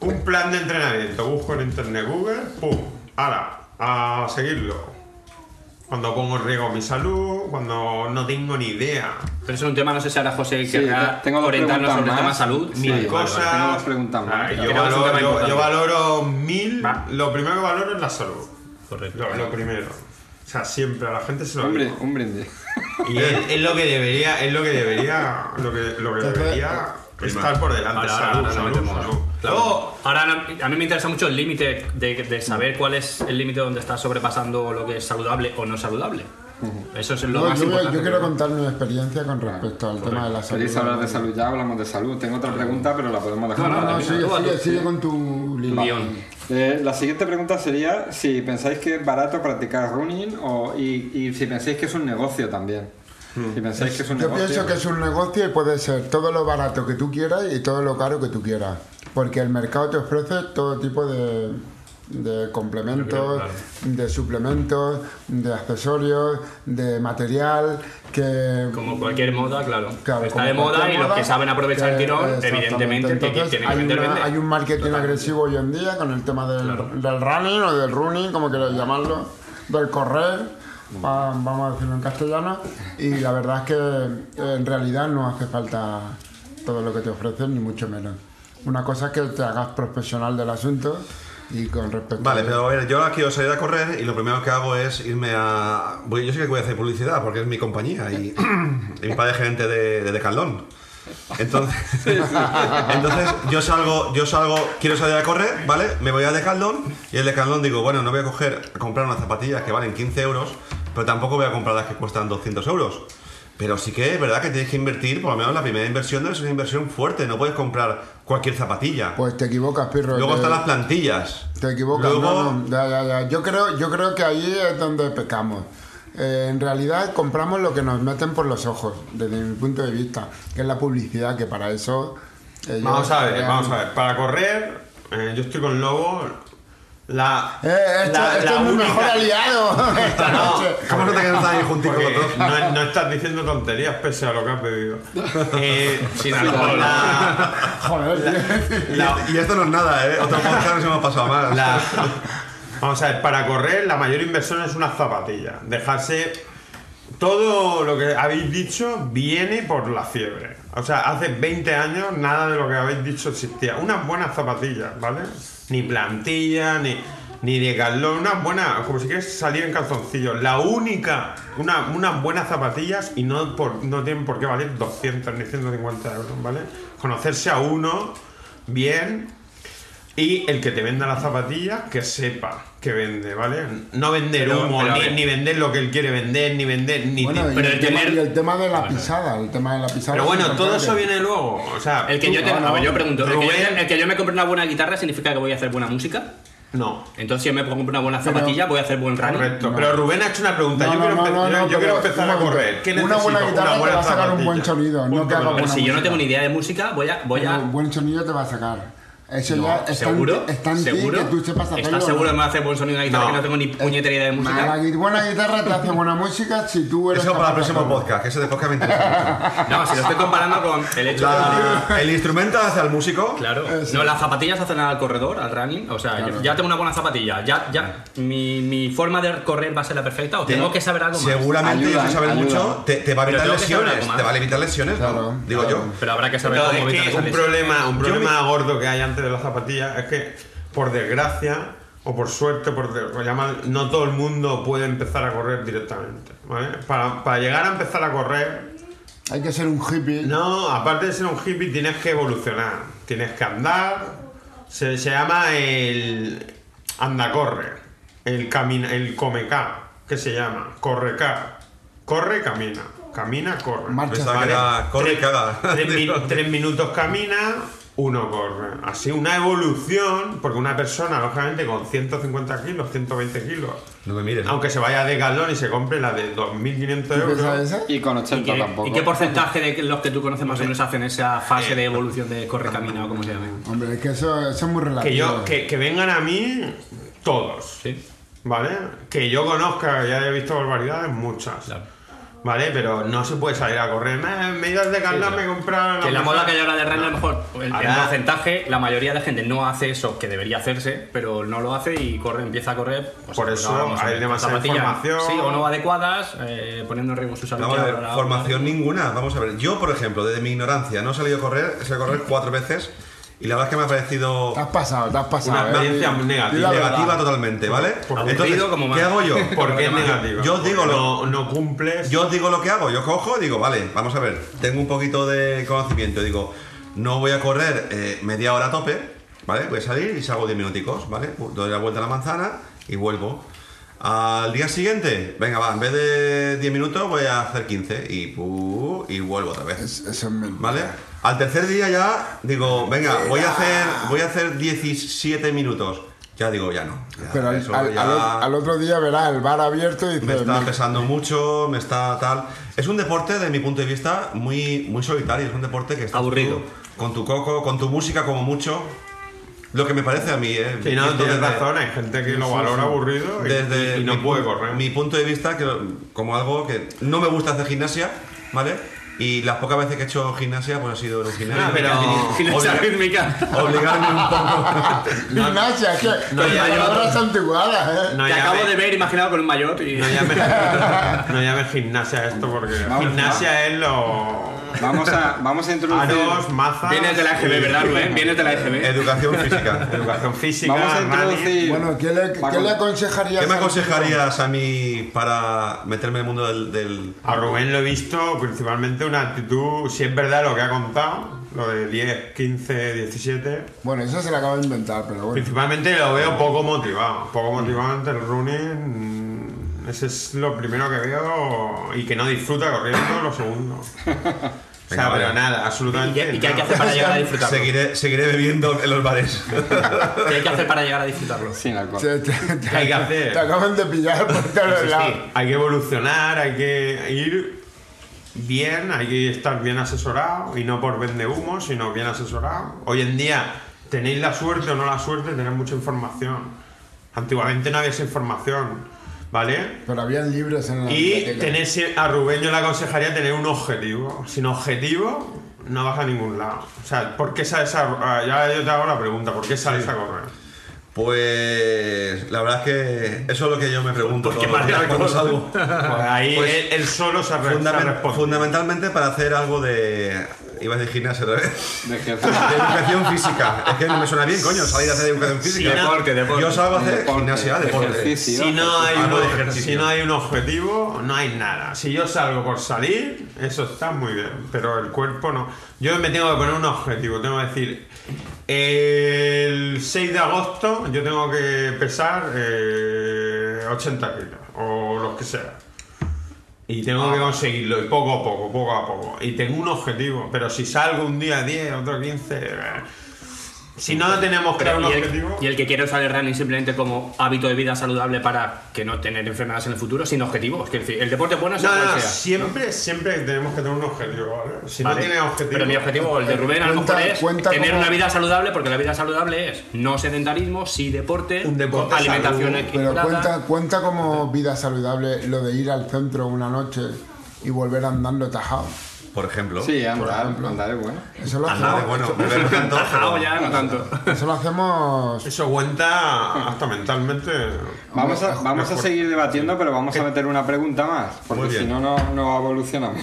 Speaker 5: un plan de entrenamiento. Busco en internet Google, pum, ahora, a seguirlo. Cuando pongo en riesgo mi salud, cuando no tengo ni idea.
Speaker 6: Pero eso es un tema, no sé si ahora José
Speaker 4: Sí,
Speaker 6: querrá
Speaker 4: tengo dos
Speaker 6: orientarnos
Speaker 4: preguntas
Speaker 6: sobre el tema
Speaker 4: más.
Speaker 6: salud.
Speaker 4: Sí,
Speaker 5: mil
Speaker 4: vale, vale,
Speaker 5: cosas.
Speaker 4: tengo más preguntas más.
Speaker 5: Ah,
Speaker 4: Creo
Speaker 5: yo,
Speaker 6: que es un
Speaker 5: valoro,
Speaker 6: tema
Speaker 5: yo- yo
Speaker 6: importante.
Speaker 5: valoro mil.
Speaker 6: Va.
Speaker 5: Lo primero que valoro es la salud.
Speaker 6: Correcto.
Speaker 5: Lo, lo primero. O sea, siempre a la gente se lo
Speaker 4: Un, brin-
Speaker 5: digo.
Speaker 4: un brindis.
Speaker 5: Y es, es lo que debería, es lo que debería, lo que, lo que debería estar por delante.
Speaker 6: Ahora,
Speaker 5: Salud,
Speaker 6: ahora, ahora
Speaker 5: salud,
Speaker 6: metemos-
Speaker 5: salud.
Speaker 6: Claro.
Speaker 5: Luego,
Speaker 6: Ahora, no- a mí me interesa mucho el límite de, de saber cuál es el límite donde está sobrepasando lo que es saludable o no saludable. Eso es lo
Speaker 3: No,
Speaker 6: más
Speaker 3: yo, voy-
Speaker 6: importante.
Speaker 3: yo quiero contar mi experiencia con respecto al tema de la salud.
Speaker 4: ¿Queréis hablar de salud? Ya hablamos de salud. Tengo otra pregunta, pero la podemos dejar.
Speaker 3: No,
Speaker 4: para
Speaker 3: no,
Speaker 4: la
Speaker 3: sigue,
Speaker 6: Tú,
Speaker 3: sigue,
Speaker 6: tú,
Speaker 3: sigue con tu línea.
Speaker 6: guión.
Speaker 4: Eh, la siguiente pregunta sería si pensáis que es barato practicar running o, y, y si pensáis que es un negocio también. Si pensáis que es un
Speaker 3: Yo
Speaker 4: negocio.
Speaker 3: pienso que es un negocio y puede ser todo lo barato que tú quieras y todo lo caro que tú quieras. Porque el mercado te ofrece todo tipo de, de complementos,
Speaker 6: Yo creo, claro.
Speaker 3: de suplementos, de accesorios, de material que...
Speaker 6: Como cualquier moda, claro.
Speaker 3: Claro,
Speaker 6: está
Speaker 3: como
Speaker 6: de moda y
Speaker 3: cualquier
Speaker 6: los que
Speaker 3: moda,
Speaker 6: saben aprovechar el
Speaker 3: que-
Speaker 6: tirón,
Speaker 3: exactamente.
Speaker 6: evidentemente, que
Speaker 3: Entonces,
Speaker 6: tienen que
Speaker 3: hay,
Speaker 6: vender,
Speaker 3: una-
Speaker 6: vender.
Speaker 3: hay un marketing agresivo hoy en día con el tema del, del running o del running, como quieras llamarlo, del correr,
Speaker 6: Mm.
Speaker 3: va- vamos a decirlo en castellano, y la verdad es que eh, en realidad no hace falta todo lo que te ofrecen, ni mucho menos. Una cosa es que te hagas profesional del asunto y con respecto
Speaker 2: Vale,
Speaker 3: a-
Speaker 2: pero a ver, yo ahora quiero salir a correr y lo primero que hago es irme a. voy- yo sí que voy a hacer publicidad porque es mi compañía y, y mi padre es gerente de, de Decathlon. Entonces, entonces yo salgo, yo salgo, quiero salir a correr, ¿vale? Me voy a Decathlon y el Decathlon digo, bueno, no voy a coger, a comprar unas zapatillas que valen 15 euros, pero tampoco voy a comprar las que cuestan 200 euros. Pero sí que es verdad que tienes que invertir, por lo menos la primera inversión debe ser una inversión fuerte, no puedes comprar cualquier zapatilla.
Speaker 3: Pues te equivocas, Pirro.
Speaker 2: Luego
Speaker 3: te-
Speaker 2: están las plantillas.
Speaker 3: Te equivocas,
Speaker 2: Luego-
Speaker 3: no, no, ya, ya, ya. Yo creo, yo creo que ahí es donde pecamos. Eh, en realidad compramos lo que nos meten por los ojos, desde mi punto de vista, que es la publicidad, que para eso... eh, ellos
Speaker 5: vamos a ver,
Speaker 3: crean-
Speaker 5: vamos a ver. Para correr, eh, yo estoy con Lobo. La,
Speaker 3: Eh, esto,
Speaker 5: la-
Speaker 3: esto
Speaker 5: la
Speaker 3: es mi
Speaker 5: única-
Speaker 3: mejor aliado. esta noche.
Speaker 2: ¿Cómo no te quedas ahí juntico
Speaker 5: Porque
Speaker 2: con los dos?
Speaker 5: no, no estás diciendo tonterías pese a lo que has bebido. Eh,
Speaker 6: Sin
Speaker 5: la-
Speaker 6: alcohol.
Speaker 5: la-
Speaker 3: Joder, tío.
Speaker 5: la-
Speaker 2: Y esto no es nada, ¿eh? Otro podcast nos hemos pasado mal.
Speaker 5: la- vamos a ver, para correr la mayor inversión es una zapatilla. Dejarse todo lo que habéis dicho viene por la fiebre. O sea, hace 20 años nada de lo que habéis dicho existía. Unas buenas zapatillas, ¿vale? Ni plantilla, ni, ni de calor. Unas buenas, como si quieres salir en calzoncillos. La única, una- unas buenas zapatillas y no, por- no tienen por qué valer 200 ni 150 euros, ¿vale? Conocerse a uno bien y el que te venda la zapatilla, que sepa que vende, ¿vale? No vender
Speaker 6: Pero-
Speaker 5: humo,
Speaker 6: pero a
Speaker 5: ni-
Speaker 6: ver.
Speaker 5: ni vender lo que él quiere vender, ni vender, ni.
Speaker 3: Bueno,
Speaker 5: ni-
Speaker 3: y
Speaker 6: pero
Speaker 3: el,
Speaker 6: el
Speaker 3: tema,
Speaker 6: tener-
Speaker 3: y el tema de la pisada, el tema de la pisada.
Speaker 5: pero
Speaker 3: es
Speaker 5: bueno, todo
Speaker 3: importante.
Speaker 5: eso viene luego. O sea,
Speaker 6: El que
Speaker 5: tú-
Speaker 6: yo te-
Speaker 3: no,
Speaker 6: a ver,
Speaker 3: no.
Speaker 6: yo pregunto, el que yo,
Speaker 5: Rubén-
Speaker 6: el que yo me compre una buena guitarra significa que voy a hacer buena música.
Speaker 5: No.
Speaker 6: Entonces, si yo me compro una buena
Speaker 3: Pero-
Speaker 6: zapatilla, voy a hacer buen running.
Speaker 5: Correcto. Pero Rubén ha hecho una pregunta. yo quiero, empe- yo- yo
Speaker 3: pero
Speaker 5: quiero empezar a
Speaker 3: un momento.
Speaker 5: correr. ¿Qué
Speaker 3: Una
Speaker 5: necesito?
Speaker 3: buena guitarra te va a sacar un
Speaker 5: zapatilla.
Speaker 3: buen sonido, no
Speaker 5: Punto
Speaker 3: que haga
Speaker 5: número
Speaker 6: Pero
Speaker 3: buena
Speaker 6: si yo no
Speaker 3: música.
Speaker 6: tengo ni idea de música, voy a. Voy
Speaker 3: Pero
Speaker 6: a
Speaker 3: buen sonido te va a sacar. Eso
Speaker 6: No,
Speaker 3: ya está en ti-
Speaker 6: ¿Seguro?
Speaker 3: está en ti
Speaker 6: ¿Seguro?
Speaker 3: que tú sepas hacerlo. Eh,
Speaker 6: ¿Estás seguro de que me hace buen sonido una guitarra
Speaker 5: No.
Speaker 6: que no tengo ni puñetera idea de música?
Speaker 3: La gui- buena guitarra te hace buena música si tú eres.
Speaker 2: Eso para el
Speaker 3: capaz de
Speaker 2: próximo
Speaker 3: hacerlo.
Speaker 2: podcast, que eso de podcast me interesa.
Speaker 6: No, si lo estoy comparando con el hecho de...
Speaker 2: La- el instrumento hace al músico.
Speaker 6: Claro.
Speaker 3: Eso.
Speaker 6: No, las zapatillas hacen al corredor, al running. O sea,
Speaker 3: Claro.
Speaker 6: yo- ya tengo una buena zapatilla. Ya, ya. Mi, mi forma de correr va a ser la perfecta. O tengo que saber algo más.
Speaker 2: Seguramente
Speaker 4: Ayuda,
Speaker 2: yo sé saber
Speaker 4: ayuda.
Speaker 2: mucho. Te, te va a
Speaker 6: Pero
Speaker 2: evitar
Speaker 6: tengo que saber
Speaker 2: lesiones.
Speaker 6: algo más.
Speaker 2: Te va a evitar lesiones, ¿no?
Speaker 3: Claro,
Speaker 2: Digo
Speaker 3: claro.
Speaker 2: yo.
Speaker 6: Pero habrá que saber
Speaker 5: No,
Speaker 6: cómo
Speaker 5: es
Speaker 6: evitar
Speaker 5: que
Speaker 6: esa
Speaker 5: un
Speaker 6: lesión.
Speaker 5: problema, un
Speaker 2: Yo
Speaker 5: problema gordo que hay antes de las zapatillas es que, por desgracia, o por suerte, por de- lo llaman, no todo el mundo puede empezar a correr directamente. ¿vale? Para, para llegar a empezar a correr,
Speaker 3: Hay que ser un hippie.
Speaker 5: No, aparte de ser un hippie tienes que evolucionar, tienes que andar. Se, se llama el andacorre, el camina, el comeca, que se llama correca, corre camina, camina corre.
Speaker 3: Marcha.
Speaker 2: Pensaba que era corre y
Speaker 5: Tres-
Speaker 2: caga.
Speaker 5: Tres, min- tres minutos camina, uno corre. Así una evolución, porque una persona, lógicamente, con 150 kilos, 120 kilos,
Speaker 2: No me mires.
Speaker 5: aunque se vaya de galón y se compre la de 2.500
Speaker 3: ¿Tú
Speaker 5: euros,
Speaker 3: piensas esa?
Speaker 4: Y con 80
Speaker 6: ¿Y qué,
Speaker 4: tampoco.
Speaker 6: y qué porcentaje de los que tú conoces más o menos hacen esa fase
Speaker 3: Eh,
Speaker 6: de evolución de corre camina o como se llame?
Speaker 3: Hombre, es que eso, eso es muy relativo.
Speaker 5: que, yo, que, que vengan a mí todos.
Speaker 6: Sí.
Speaker 5: ¿Vale? Que yo conozca, ya he visto barbaridades muchas.
Speaker 6: Claro.
Speaker 5: ¿Vale? Pero no se puede salir a correr. Me, me he ido al de galán, me he comprado.
Speaker 6: Que la
Speaker 5: mejor-
Speaker 6: moda que hay ahora de running, a lo mejor el, el
Speaker 5: Ahora-
Speaker 6: porcentaje, la mayoría de gente no hace eso que debería hacerse, pero no lo hace y corre, empieza a correr. pues,
Speaker 5: Por
Speaker 6: pues,
Speaker 5: eso
Speaker 6: vamos a
Speaker 5: hay
Speaker 6: ver,
Speaker 5: demasiada
Speaker 6: zapatillas,
Speaker 5: información.
Speaker 6: Sí, o no adecuadas, eh, poniendo en riesgo su salud.
Speaker 2: Vamos a ver,
Speaker 6: ahora-
Speaker 2: formación ninguna. Vamos a ver, yo, por ejemplo, desde mi ignorancia, no he salido a correr, he salido a correr cuatro veces y la verdad es que me ha parecido
Speaker 3: Te has pasado, te has pasado.
Speaker 5: Una
Speaker 3: ¿eh?
Speaker 5: experiencia
Speaker 3: Di- di
Speaker 5: negativa.
Speaker 3: Ah, la verdad.
Speaker 2: negativa totalmente, ¿vale?
Speaker 6: Aburrido
Speaker 2: Entonces,
Speaker 6: como más.
Speaker 2: ¿qué hago yo?
Speaker 5: ¿Por qué es negativa?
Speaker 2: Yo digo lo-
Speaker 5: no, no cumples.
Speaker 2: Yo digo lo que hago, yo cojo y digo, vale, vamos a ver, tengo un poquito de conocimiento, digo, no voy a correr eh, media hora a tope, ¿vale? Voy a salir y salgo 10 minuticos, ¿vale? Doy la vuelta a la manzana y vuelvo. Al día siguiente, venga, va, en vez de 10 minutos voy a hacer 15 y, pu- y vuelvo otra vez,
Speaker 3: Es- Eso es mentira.
Speaker 2: ¿vale? Al tercer día ya digo, venga, voy a hacer, voy a hacer 17 minutos. Ya digo, ya no. ya,
Speaker 3: Pero al,
Speaker 2: eso
Speaker 3: al-
Speaker 2: ya-
Speaker 3: al- al otro día verás el bar abierto y
Speaker 2: me
Speaker 3: dices.
Speaker 2: está
Speaker 3: "Me-
Speaker 2: pesando mucho, me está tal. Es un deporte, de mi punto de vista, muy, muy solitario. Es un deporte que está
Speaker 6: Aburrido.
Speaker 2: con tu coco, con tu música, como mucho. Lo que me parece a mí, ¿eh?
Speaker 5: Si no,
Speaker 2: Esto
Speaker 5: tienes
Speaker 2: desde-
Speaker 5: razón, hay gente que lo valora aburrido y,
Speaker 2: Desde
Speaker 5: y no
Speaker 2: mi
Speaker 5: puede
Speaker 2: pu-
Speaker 5: correr.
Speaker 2: Mi punto de vista, que, como algo que no me gusta hacer gimnasia, ¿vale? Y las pocas veces que he hecho gimnasia, pues ha sido en un gimnasio.
Speaker 5: Ah, pero-
Speaker 6: Gimnasia
Speaker 2: Obliga-
Speaker 6: rítmica.
Speaker 2: Obligarme un poco.
Speaker 3: Gimnasia, es que.
Speaker 5: no,
Speaker 3: las
Speaker 5: ya, ya.
Speaker 3: palabras antiguadas, ¿eh?
Speaker 5: No
Speaker 6: Te
Speaker 5: llame-
Speaker 6: acabo de ver imaginado con un mayor y...
Speaker 5: No llames no llames gimnasia a esto porque
Speaker 4: Vamos,
Speaker 5: gimnasia es lo.
Speaker 4: Vamos a, vamos a introducir.
Speaker 5: Aros, mazas.
Speaker 6: Vienes de la EGB,
Speaker 5: y-
Speaker 6: ¿verdad, Rubén? Vienes de la EGB.
Speaker 2: Educación física.
Speaker 5: Educación física.
Speaker 4: Vamos a
Speaker 5: Armani.
Speaker 4: introducir.
Speaker 3: Bueno, ¿qué le,
Speaker 4: Va
Speaker 3: ¿qué
Speaker 4: con-
Speaker 3: le aconsejarías?
Speaker 2: ¿Qué me
Speaker 3: al-
Speaker 2: aconsejarías a mí para meterme en el mundo del- del,
Speaker 5: A Rubén lo he visto principalmente una actitud, si es verdad lo que ha contado, lo de 10, 15, 17.
Speaker 3: Bueno, eso se lo acabo de inventar, pero bueno.
Speaker 5: Principalmente lo veo poco motivado, poco motivado ante el running. mm, Ese es lo primero que veo y que no disfruta corriendo lo segundo. O sea,
Speaker 2: Venga,
Speaker 5: pero
Speaker 2: vale.
Speaker 5: nada,
Speaker 6: ¿Y qué,
Speaker 5: absolutamente.
Speaker 6: y qué hay que
Speaker 5: nada.
Speaker 6: hacer para llegar a disfrutarlo?
Speaker 2: Seguiré, seguiré bebiendo en los bares.
Speaker 6: ¿Qué hay que hacer para llegar a disfrutarlo?
Speaker 4: Sin alcohol.
Speaker 3: Te, te- te-
Speaker 5: hay que hacer?
Speaker 3: te acaban de pillar por todos lados.
Speaker 5: Sí, hay que evolucionar, hay que ir bien, hay que estar bien asesorado y no por vende humo, sino bien asesorado. Hoy en día tenéis la suerte o no la suerte de tener mucha información. Antiguamente no había esa información, ¿vale?
Speaker 3: Pero habían libros en la
Speaker 5: Y
Speaker 3: biblioteca.
Speaker 5: tener si- a Rubén yo le aconsejaría tener un objetivo. Sin objetivo no vas a ningún lado. O sea, ¿por qué sales a... ah, Ya yo te hago la pregunta, ¿por qué sales a correr?
Speaker 2: Pues la verdad es que eso es lo que yo me pregunto
Speaker 6: Porque
Speaker 2: todos los días
Speaker 6: marear
Speaker 2: cuando
Speaker 6: con-
Speaker 2: salgo.
Speaker 5: Pues ahí
Speaker 2: Pues,
Speaker 5: él, él solo se, re- se
Speaker 2: Fundamen-
Speaker 5: responde.
Speaker 2: fundamentalmente para hacer algo de... Iba a decir gimnasia otra vez.
Speaker 4: De
Speaker 2: De
Speaker 4: ejercicio.
Speaker 2: educación física. Es que no me suena bien, coño, salir a hacer educación física.
Speaker 6: Sí, deporte, deporte.
Speaker 2: Yo salgo a hacer
Speaker 4: Deporte,
Speaker 2: gimnasia, deporte.
Speaker 4: ejercicio.
Speaker 5: Si no, hay
Speaker 6: Ah,
Speaker 2: Algo de
Speaker 5: un-
Speaker 2: ejercicio.
Speaker 5: si no hay un objetivo, no hay nada. Si yo salgo por salir, eso está muy bien, pero el cuerpo no. Yo me tengo que poner un objetivo, tengo que decir, el 6 de agosto yo tengo que pesar eh, 80 kilos o lo que sea. Y tengo
Speaker 6: Ah.
Speaker 5: que conseguirlo, y poco a poco, poco a poco. Y tengo un objetivo, pero si salgo un día 10, otro 15... eh, si no tenemos claro
Speaker 6: Pero,
Speaker 5: un
Speaker 6: y,
Speaker 5: objetivo...
Speaker 6: el, y el que quiere usar el running simplemente como hábito de vida saludable para que no tener enfermedades en el futuro, sin objetivos. Que, en fin, el deporte es bueno sea
Speaker 5: No, no,
Speaker 6: cual
Speaker 5: no,
Speaker 6: sea.
Speaker 5: siempre, siempre tenemos que tener un objetivo, ¿vale? Si
Speaker 6: Vale.
Speaker 5: no tienes objetivo.
Speaker 6: Pero mi objetivo, el de Rubén, a lo
Speaker 3: Cuenta-
Speaker 6: mejor es
Speaker 3: cuenta
Speaker 6: tener
Speaker 3: como-
Speaker 6: una vida saludable, porque la vida saludable es no sedentarismo, sí deporte,
Speaker 5: Un deporte,
Speaker 6: alimentación
Speaker 5: salud,
Speaker 3: Pero
Speaker 6: equilibrada.
Speaker 3: cuenta, cuenta como vida saludable lo de ir al centro una noche y volver andando tajado.
Speaker 2: Por ejemplo.
Speaker 4: Sí, andar, andar es bueno.
Speaker 3: Eso lo
Speaker 2: Andar es
Speaker 3: hacemos.
Speaker 2: bueno, beber no tanto,
Speaker 6: Tajao
Speaker 2: pero-
Speaker 6: Ah, ya, no tanto.
Speaker 3: Eso lo hacemos.
Speaker 5: Eso cuenta hasta mentalmente.
Speaker 4: Vamos a, vamos a seguir debatiendo, pero vamos a meter una pregunta más,
Speaker 2: Muy
Speaker 4: porque
Speaker 2: bien.
Speaker 4: si no, no no evolucionamos.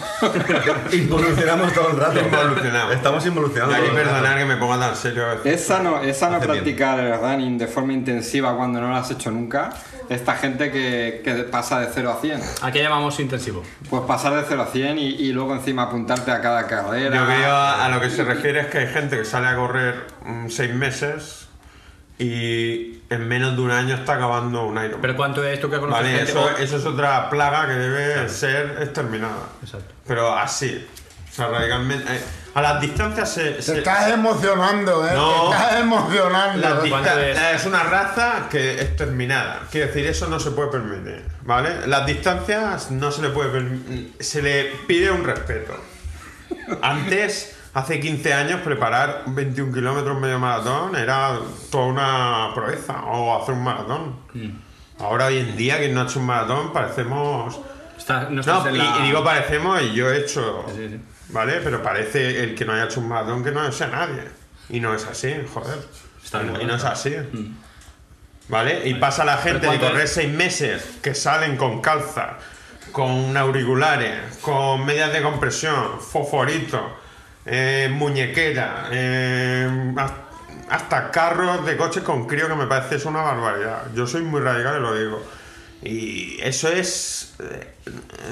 Speaker 2: Involucionamos todo el rato.
Speaker 5: Involucionamos.
Speaker 2: Estamos involucionando.
Speaker 5: Hay que
Speaker 2: todo el rato.
Speaker 5: perdonar que me ponga tan serio a veces.
Speaker 4: Es sano, es sano
Speaker 2: Hace bien.
Speaker 4: practicar el running de forma intensiva cuando no lo has hecho nunca. Esta gente que, que pasa de 0 a 100.
Speaker 6: ¿A qué llamamos intensivo?
Speaker 4: Pues pasar de 0 a 100 y, y luego encima apuntarte a cada carrera.
Speaker 5: Yo creo a, a lo que se refiere es que hay gente que sale a correr mm, seis meses y en menos de un año está acabando un Ironman.
Speaker 6: Pero ¿cuánto es esto que conoces?
Speaker 5: Vale,
Speaker 6: gente?
Speaker 5: eso,
Speaker 6: O-
Speaker 5: eso es otra plaga que debe ser exterminada.
Speaker 6: Exacto.
Speaker 5: Pero así, o sea, radicalmente. eh, a las distancias se.
Speaker 3: Te
Speaker 5: se-
Speaker 3: estás emocionando, ¿eh?
Speaker 5: No.
Speaker 3: Te estás emocionando.
Speaker 5: las distan-
Speaker 6: ¿Cuánto es?
Speaker 5: es una raza que es terminada. Quiero decir, eso no se puede permitir, ¿vale? Las distancias no se le puede permi- Se le pide un respeto. Antes, hace 15 años, preparar 21 kilómetros medio maratón era toda una proeza. O hacer un maratón. Ahora, hoy en día, que no ha hecho un maratón, parecemos...
Speaker 6: Está- no, estás
Speaker 5: No,
Speaker 6: en
Speaker 5: y,
Speaker 6: la-
Speaker 5: y digo parecemos y yo he hecho.
Speaker 6: Sí, sí.
Speaker 5: ¿Vale? Pero parece el que no haya hecho un maratón que no sea nadie. Y no es así, joder.
Speaker 6: Está
Speaker 5: y, no-
Speaker 6: bien,
Speaker 5: y no es
Speaker 6: claro.
Speaker 5: así. ¿Vale? Y pasa la gente de
Speaker 6: ¿cuánto
Speaker 5: correr
Speaker 6: es?
Speaker 5: seis meses que salen con calza, con auriculares, con medias de compresión, fosforito, eh, muñequera, eh, ha- hasta carros de coches con crío que me parece es una barbaridad. Yo soy muy radical y lo digo. Y eso es. eh,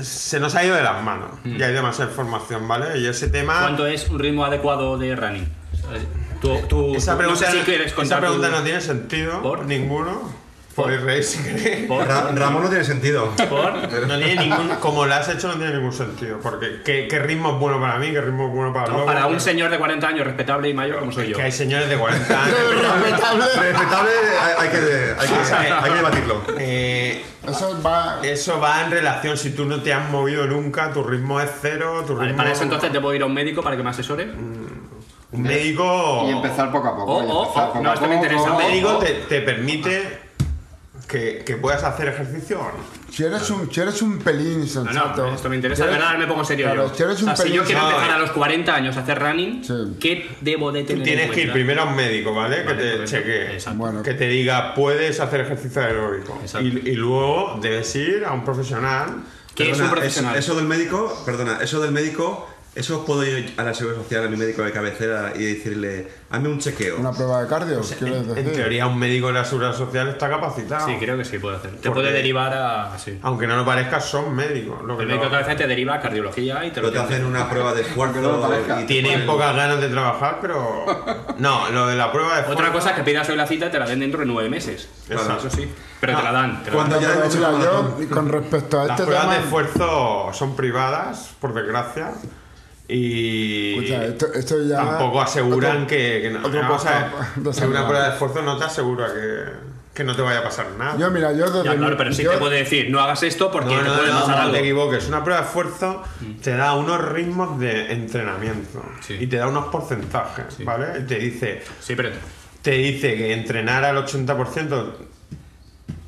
Speaker 5: Se nos ha ido de las manos. Y hay demasiada información, ¿vale? Y ese tema.
Speaker 6: Mm. ¿Cuánto es un ritmo adecuado de running? Eh, Tú, tú, tú-
Speaker 5: Esa
Speaker 6: no
Speaker 5: pregunta,
Speaker 6: sé si
Speaker 5: no-
Speaker 6: quieres
Speaker 5: esa
Speaker 6: contar
Speaker 5: pregunta
Speaker 6: tu-
Speaker 5: no tiene sentido.
Speaker 6: ¿Por?
Speaker 5: Ninguno. Podéis reír si queréis.
Speaker 6: por-
Speaker 2: Ra- Ramón no tiene sentido.
Speaker 6: por-
Speaker 5: No tiene ningún, como la has hecho, no tiene ningún sentido. Porque ¿qué, qué ritmo es bueno para mí? ¿Qué ritmo es bueno para
Speaker 6: no,
Speaker 5: luego?
Speaker 6: para un
Speaker 5: Que-
Speaker 6: señor de 40 años respetable y mayor como soy yo.
Speaker 5: Que hay señores de 40 años.
Speaker 3: Respetable.
Speaker 2: Respetable, hay, hay que, hay, que, hay que debatirlo.
Speaker 5: Eh,
Speaker 3: Eso va.
Speaker 5: eso va en relación, si tú no te has movido nunca, tu ritmo es cero, tu
Speaker 6: Vale,
Speaker 5: ritmo...
Speaker 6: para eso entonces debo ir a un médico para que me asesore.
Speaker 5: Un médico...
Speaker 4: Y empezar poco a poco.
Speaker 6: Oh,
Speaker 4: y
Speaker 6: oh,
Speaker 4: empezar
Speaker 6: oh,
Speaker 4: poco
Speaker 6: no,
Speaker 4: a
Speaker 6: esto me
Speaker 4: poco,
Speaker 6: interesa.
Speaker 5: Un
Speaker 4: poco a
Speaker 5: médico
Speaker 4: poco.
Speaker 5: te, te permite que, que puedas hacer ejercicio o no.
Speaker 3: Si eres un, si eres un pelín
Speaker 6: No,
Speaker 3: sensato.
Speaker 6: no, esto me interesa,
Speaker 3: Si
Speaker 6: de
Speaker 3: eres-
Speaker 6: verdad me pongo serio
Speaker 3: Claro,
Speaker 6: yo.
Speaker 3: si eres
Speaker 6: O
Speaker 3: un
Speaker 6: sea, si yo
Speaker 3: pelín-
Speaker 6: quiero
Speaker 5: No,
Speaker 6: empezar
Speaker 5: eh.
Speaker 6: a los 40 años a hacer running,
Speaker 3: Sí.
Speaker 6: ¿qué debo de tener en
Speaker 5: Tienes que ir
Speaker 6: cuenta?
Speaker 5: primero a un médico, ¿vale?
Speaker 6: Vale,
Speaker 5: que te
Speaker 6: correcto.
Speaker 5: chequee.
Speaker 6: Exacto.
Speaker 3: Bueno.
Speaker 5: Que te diga, puedes hacer ejercicio aeróbico.
Speaker 6: Exacto.
Speaker 5: Y, y luego debes ir a un profesional.
Speaker 6: Que es un
Speaker 2: Perdona,
Speaker 6: profesional.
Speaker 2: es- Eso del médico, perdona, eso del médico, eso puedo ir a la seguridad social, a mi médico de cabecera y decirle, hazme un chequeo.
Speaker 3: Una prueba de cardio, quieres
Speaker 5: En
Speaker 3: decir.
Speaker 5: teoría, un médico de la seguridad social está capacitado.
Speaker 6: Sí, creo que sí puede hacer. Te
Speaker 5: Porque-
Speaker 6: puede derivar a. Sí.
Speaker 5: Aunque no lo parezca, son médicos. Lo que
Speaker 6: El médico
Speaker 5: no-
Speaker 6: de cabeza te deriva a cardiología y te lo
Speaker 2: Pero te hacen una prueba de esfuerzo
Speaker 4: Aunque no lo parezca.
Speaker 2: y te
Speaker 5: Tienen
Speaker 2: ponen-
Speaker 5: pocas ganas de trabajar, pero. No, lo de la prueba de
Speaker 6: Otra cosa es que pidas hoy la cita y te la den dentro de nueve meses.
Speaker 5: Exacto. Ah,
Speaker 6: Eso sí. Pero
Speaker 5: No,
Speaker 6: te la dan. te la
Speaker 2: cuando
Speaker 6: dan.
Speaker 2: ya
Speaker 3: Pero
Speaker 2: hemos
Speaker 3: mira,
Speaker 2: hablado-
Speaker 3: yo, y con respecto a
Speaker 5: Las
Speaker 3: este
Speaker 5: pruebas
Speaker 3: tema.
Speaker 5: de esfuerzo son privadas, por desgracia. Y.
Speaker 3: Escucha, esto- esto ya-
Speaker 5: Tampoco aseguran
Speaker 3: otro-
Speaker 5: que. que no,
Speaker 3: otro
Speaker 5: no, o sea,
Speaker 3: podcast
Speaker 5: que
Speaker 3: desagradable.
Speaker 5: una prueba de esfuerzo no te asegura que, que no te vaya a pasar nada.
Speaker 3: Yo, mira, yo desde.
Speaker 6: Ya, claro,
Speaker 3: mi-
Speaker 6: pero sí
Speaker 3: yo-
Speaker 6: te puede decir, no hagas esto porque
Speaker 5: no,
Speaker 6: te
Speaker 5: no,
Speaker 6: puede
Speaker 5: no,
Speaker 6: pasar
Speaker 5: no
Speaker 6: algo.
Speaker 5: te equivoques. Una prueba de esfuerzo te da unos ritmos de entrenamiento
Speaker 6: Sí.
Speaker 5: y te da unos porcentajes, ¿vale? Y te dice,
Speaker 6: Sí, pero.
Speaker 5: te dice que entrenar al 80%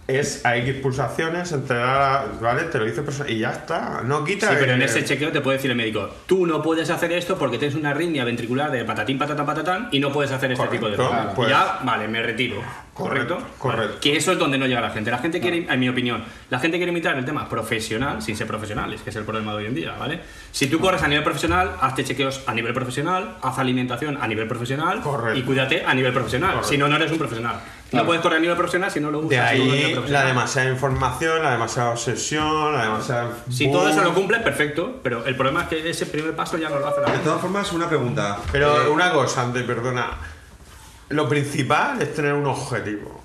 Speaker 5: es a X pulsaciones, entrenar a, ¿vale? Te lo dice perso- y ya está. No quita
Speaker 6: Sí, pero en
Speaker 5: que-
Speaker 6: ese chequeo te puede decir el médico, tú no puedes hacer esto porque tienes una arritmia ventricular de patatín, patatán, patatán y no puedes hacer este tipo de
Speaker 5: Correcto,
Speaker 6: cosas.
Speaker 5: pues-
Speaker 6: ya, vale, me retiro.
Speaker 5: Correcto,
Speaker 6: ¿Correcto?
Speaker 5: correcto.
Speaker 6: Vale, Que eso es donde no llega la gente. La gente quiere, en mi opinión, la gente quiere imitar el tema profesional sin ser profesionales, que es el problema de hoy en día, ¿vale? Si tú corres a nivel profesional, hazte chequeos a nivel profesional, haz alimentación a nivel profesional
Speaker 5: Correcto.
Speaker 6: y cuídate a nivel profesional.
Speaker 5: Correcto.
Speaker 6: Si no, no eres un profesional. No puedes correr a nivel profesional si no lo usas.
Speaker 5: De
Speaker 6: como nivel
Speaker 5: ahí la
Speaker 6: profesional.
Speaker 5: demasiada información, la demasiada obsesión, la demasiada...
Speaker 6: Si todo eso lo cumples, perfecto, pero el problema es que ese primer paso ya no lo hace la
Speaker 2: De
Speaker 6: gente.
Speaker 2: todas formas, una pregunta.
Speaker 5: Pero
Speaker 2: Eh,
Speaker 5: una cosa, antes, perdona. Lo principal es tener un objetivo.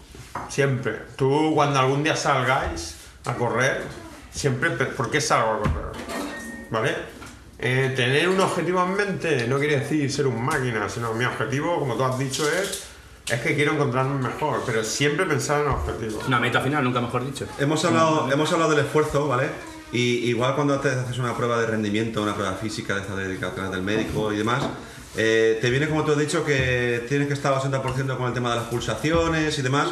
Speaker 5: Siempre. Tú, cuando algún día salgáis a correr, siempre. pe- ¿Por qué salgo a correr? ¿Vale? Eh, tener un objetivo en mente no quiere decir ser un máquina, sino mi objetivo, como tú has dicho, es. Es que quiero encontrarme mejor, pero siempre pensar en el objetivo.
Speaker 6: Una meta final, nunca mejor dicho.
Speaker 2: Hemos hablado, hemos hablado del esfuerzo, ¿vale? Y igual cuando te haces una prueba de rendimiento, una prueba física, de estas dedicaciones del médico y demás, eh, te viene, como tú has dicho, que tienes que estar al 80% con el tema de las pulsaciones y demás.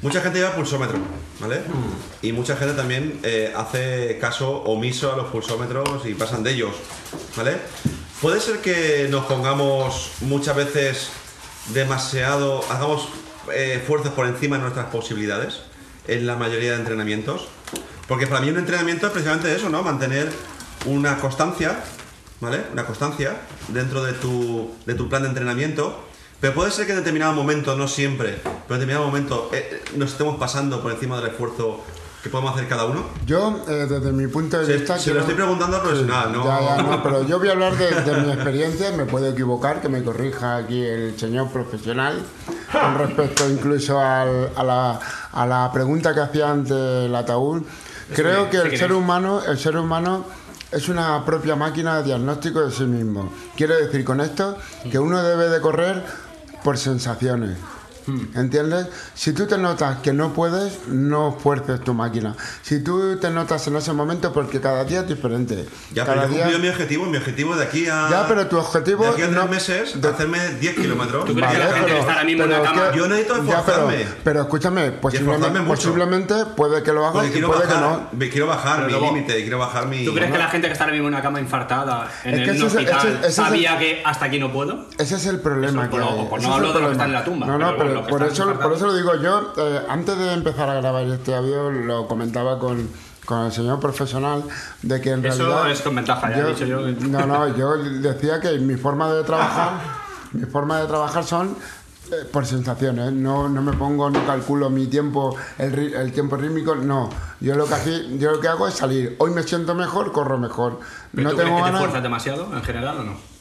Speaker 2: Mucha gente lleva pulsómetro, ¿vale? Y mucha gente también eh, hace caso omiso a los pulsómetros y pasan de ellos, ¿vale? Puede ser que nos pongamos muchas veces demasiado, hagamos eh, esfuerzos por encima de nuestras posibilidades en la mayoría de entrenamientos. Porque para mí un entrenamiento es precisamente eso, ¿no? Mantener una constancia, ¿vale? Una constancia dentro de tu, de tu plan de entrenamiento. Pero puede ser que en determinado momento, no siempre, pero en determinado momento eh, eh, nos estemos pasando por encima del esfuerzo que podemos hacer cada uno?
Speaker 3: Yo, eh, desde mi punto de
Speaker 2: Se,
Speaker 3: vista...
Speaker 2: se lo
Speaker 3: yo-
Speaker 2: estoy preguntando al profesional, ¿no?
Speaker 3: Ya, ya, no, pero yo voy a hablar de, de mi experiencia, me puedo equivocar, que me corrija aquí el señor profesional, con respecto incluso al- a, la, a la pregunta que hacía antes el ataúd. Creo
Speaker 6: bien,
Speaker 3: que
Speaker 6: sé
Speaker 3: el
Speaker 6: quién
Speaker 3: ser
Speaker 6: es.
Speaker 3: humano, el ser humano es una propia máquina de diagnóstico de sí mismo. Quiero decir con esto que uno debe de correr por sensaciones. ¿Entiendes? Si tú te notas que no puedes, no fuerces tu máquina. Si tú te notas en ese momento, porque cada día es diferente.
Speaker 2: Ya, pero yo
Speaker 3: cada
Speaker 2: he
Speaker 3: día-
Speaker 2: cumplido mi objetivo, mi objetivo de aquí a.
Speaker 3: Ya, pero tu objetivo
Speaker 2: De aquí a tres
Speaker 3: no-
Speaker 2: meses, de hacerme 10 kilómetros.
Speaker 6: ¿Tú crees que la gente que está ahora mismo en la
Speaker 3: pero
Speaker 6: cama-
Speaker 3: es que-
Speaker 2: Yo necesito
Speaker 3: Ya, pero-
Speaker 2: esforzarme.
Speaker 3: pero, escúchame,
Speaker 2: esforzarme
Speaker 3: posiblemente,
Speaker 2: mucho.
Speaker 3: posiblemente puede que lo hagas
Speaker 2: Porque
Speaker 3: y
Speaker 2: quiero
Speaker 3: puede que
Speaker 2: bajar,
Speaker 3: no.
Speaker 2: me quiero bajar
Speaker 6: Pero
Speaker 2: mi
Speaker 6: luego-
Speaker 2: límite, quiero bajar mi.
Speaker 6: ¿Tú crees que la gente que está ahora mismo en una cama infartada en
Speaker 3: Es que
Speaker 6: el
Speaker 3: ese es el-
Speaker 6: hospital
Speaker 3: ese es- ese es el-
Speaker 6: sabía que hasta aquí no puedo?
Speaker 3: Ese es el problema
Speaker 6: Eso,
Speaker 3: que
Speaker 6: por-
Speaker 3: hay.
Speaker 6: o por
Speaker 3: ese
Speaker 6: no
Speaker 3: es el
Speaker 6: hablo de los que
Speaker 3: problema.
Speaker 6: están en la tumba,
Speaker 3: No,
Speaker 6: pero
Speaker 3: no,
Speaker 6: bueno,
Speaker 3: pero
Speaker 6: los que
Speaker 3: por
Speaker 6: están
Speaker 3: eso,
Speaker 6: infartados.
Speaker 3: por eso lo digo yo. eh, antes de empezar a grabar este audio, lo comentaba con, con el señor profesional de que en
Speaker 6: Eso
Speaker 3: realidad.
Speaker 6: es con ventaja, ya he dicho yo que-
Speaker 3: No, no, yo decía que mi forma de trabajar, mi forma de trabajar son eh, por sensaciones, no, no me pongo, no calculo mi tiempo, el, ri- el tiempo rítmico, no. Yo lo que hací- yo lo que hago es salir. Hoy me siento mejor, corro mejor.
Speaker 6: ¿Pero
Speaker 3: no
Speaker 6: tú crees
Speaker 3: tengo
Speaker 6: que te
Speaker 3: ganas.
Speaker 6: esfuerzas demasiado en general o no?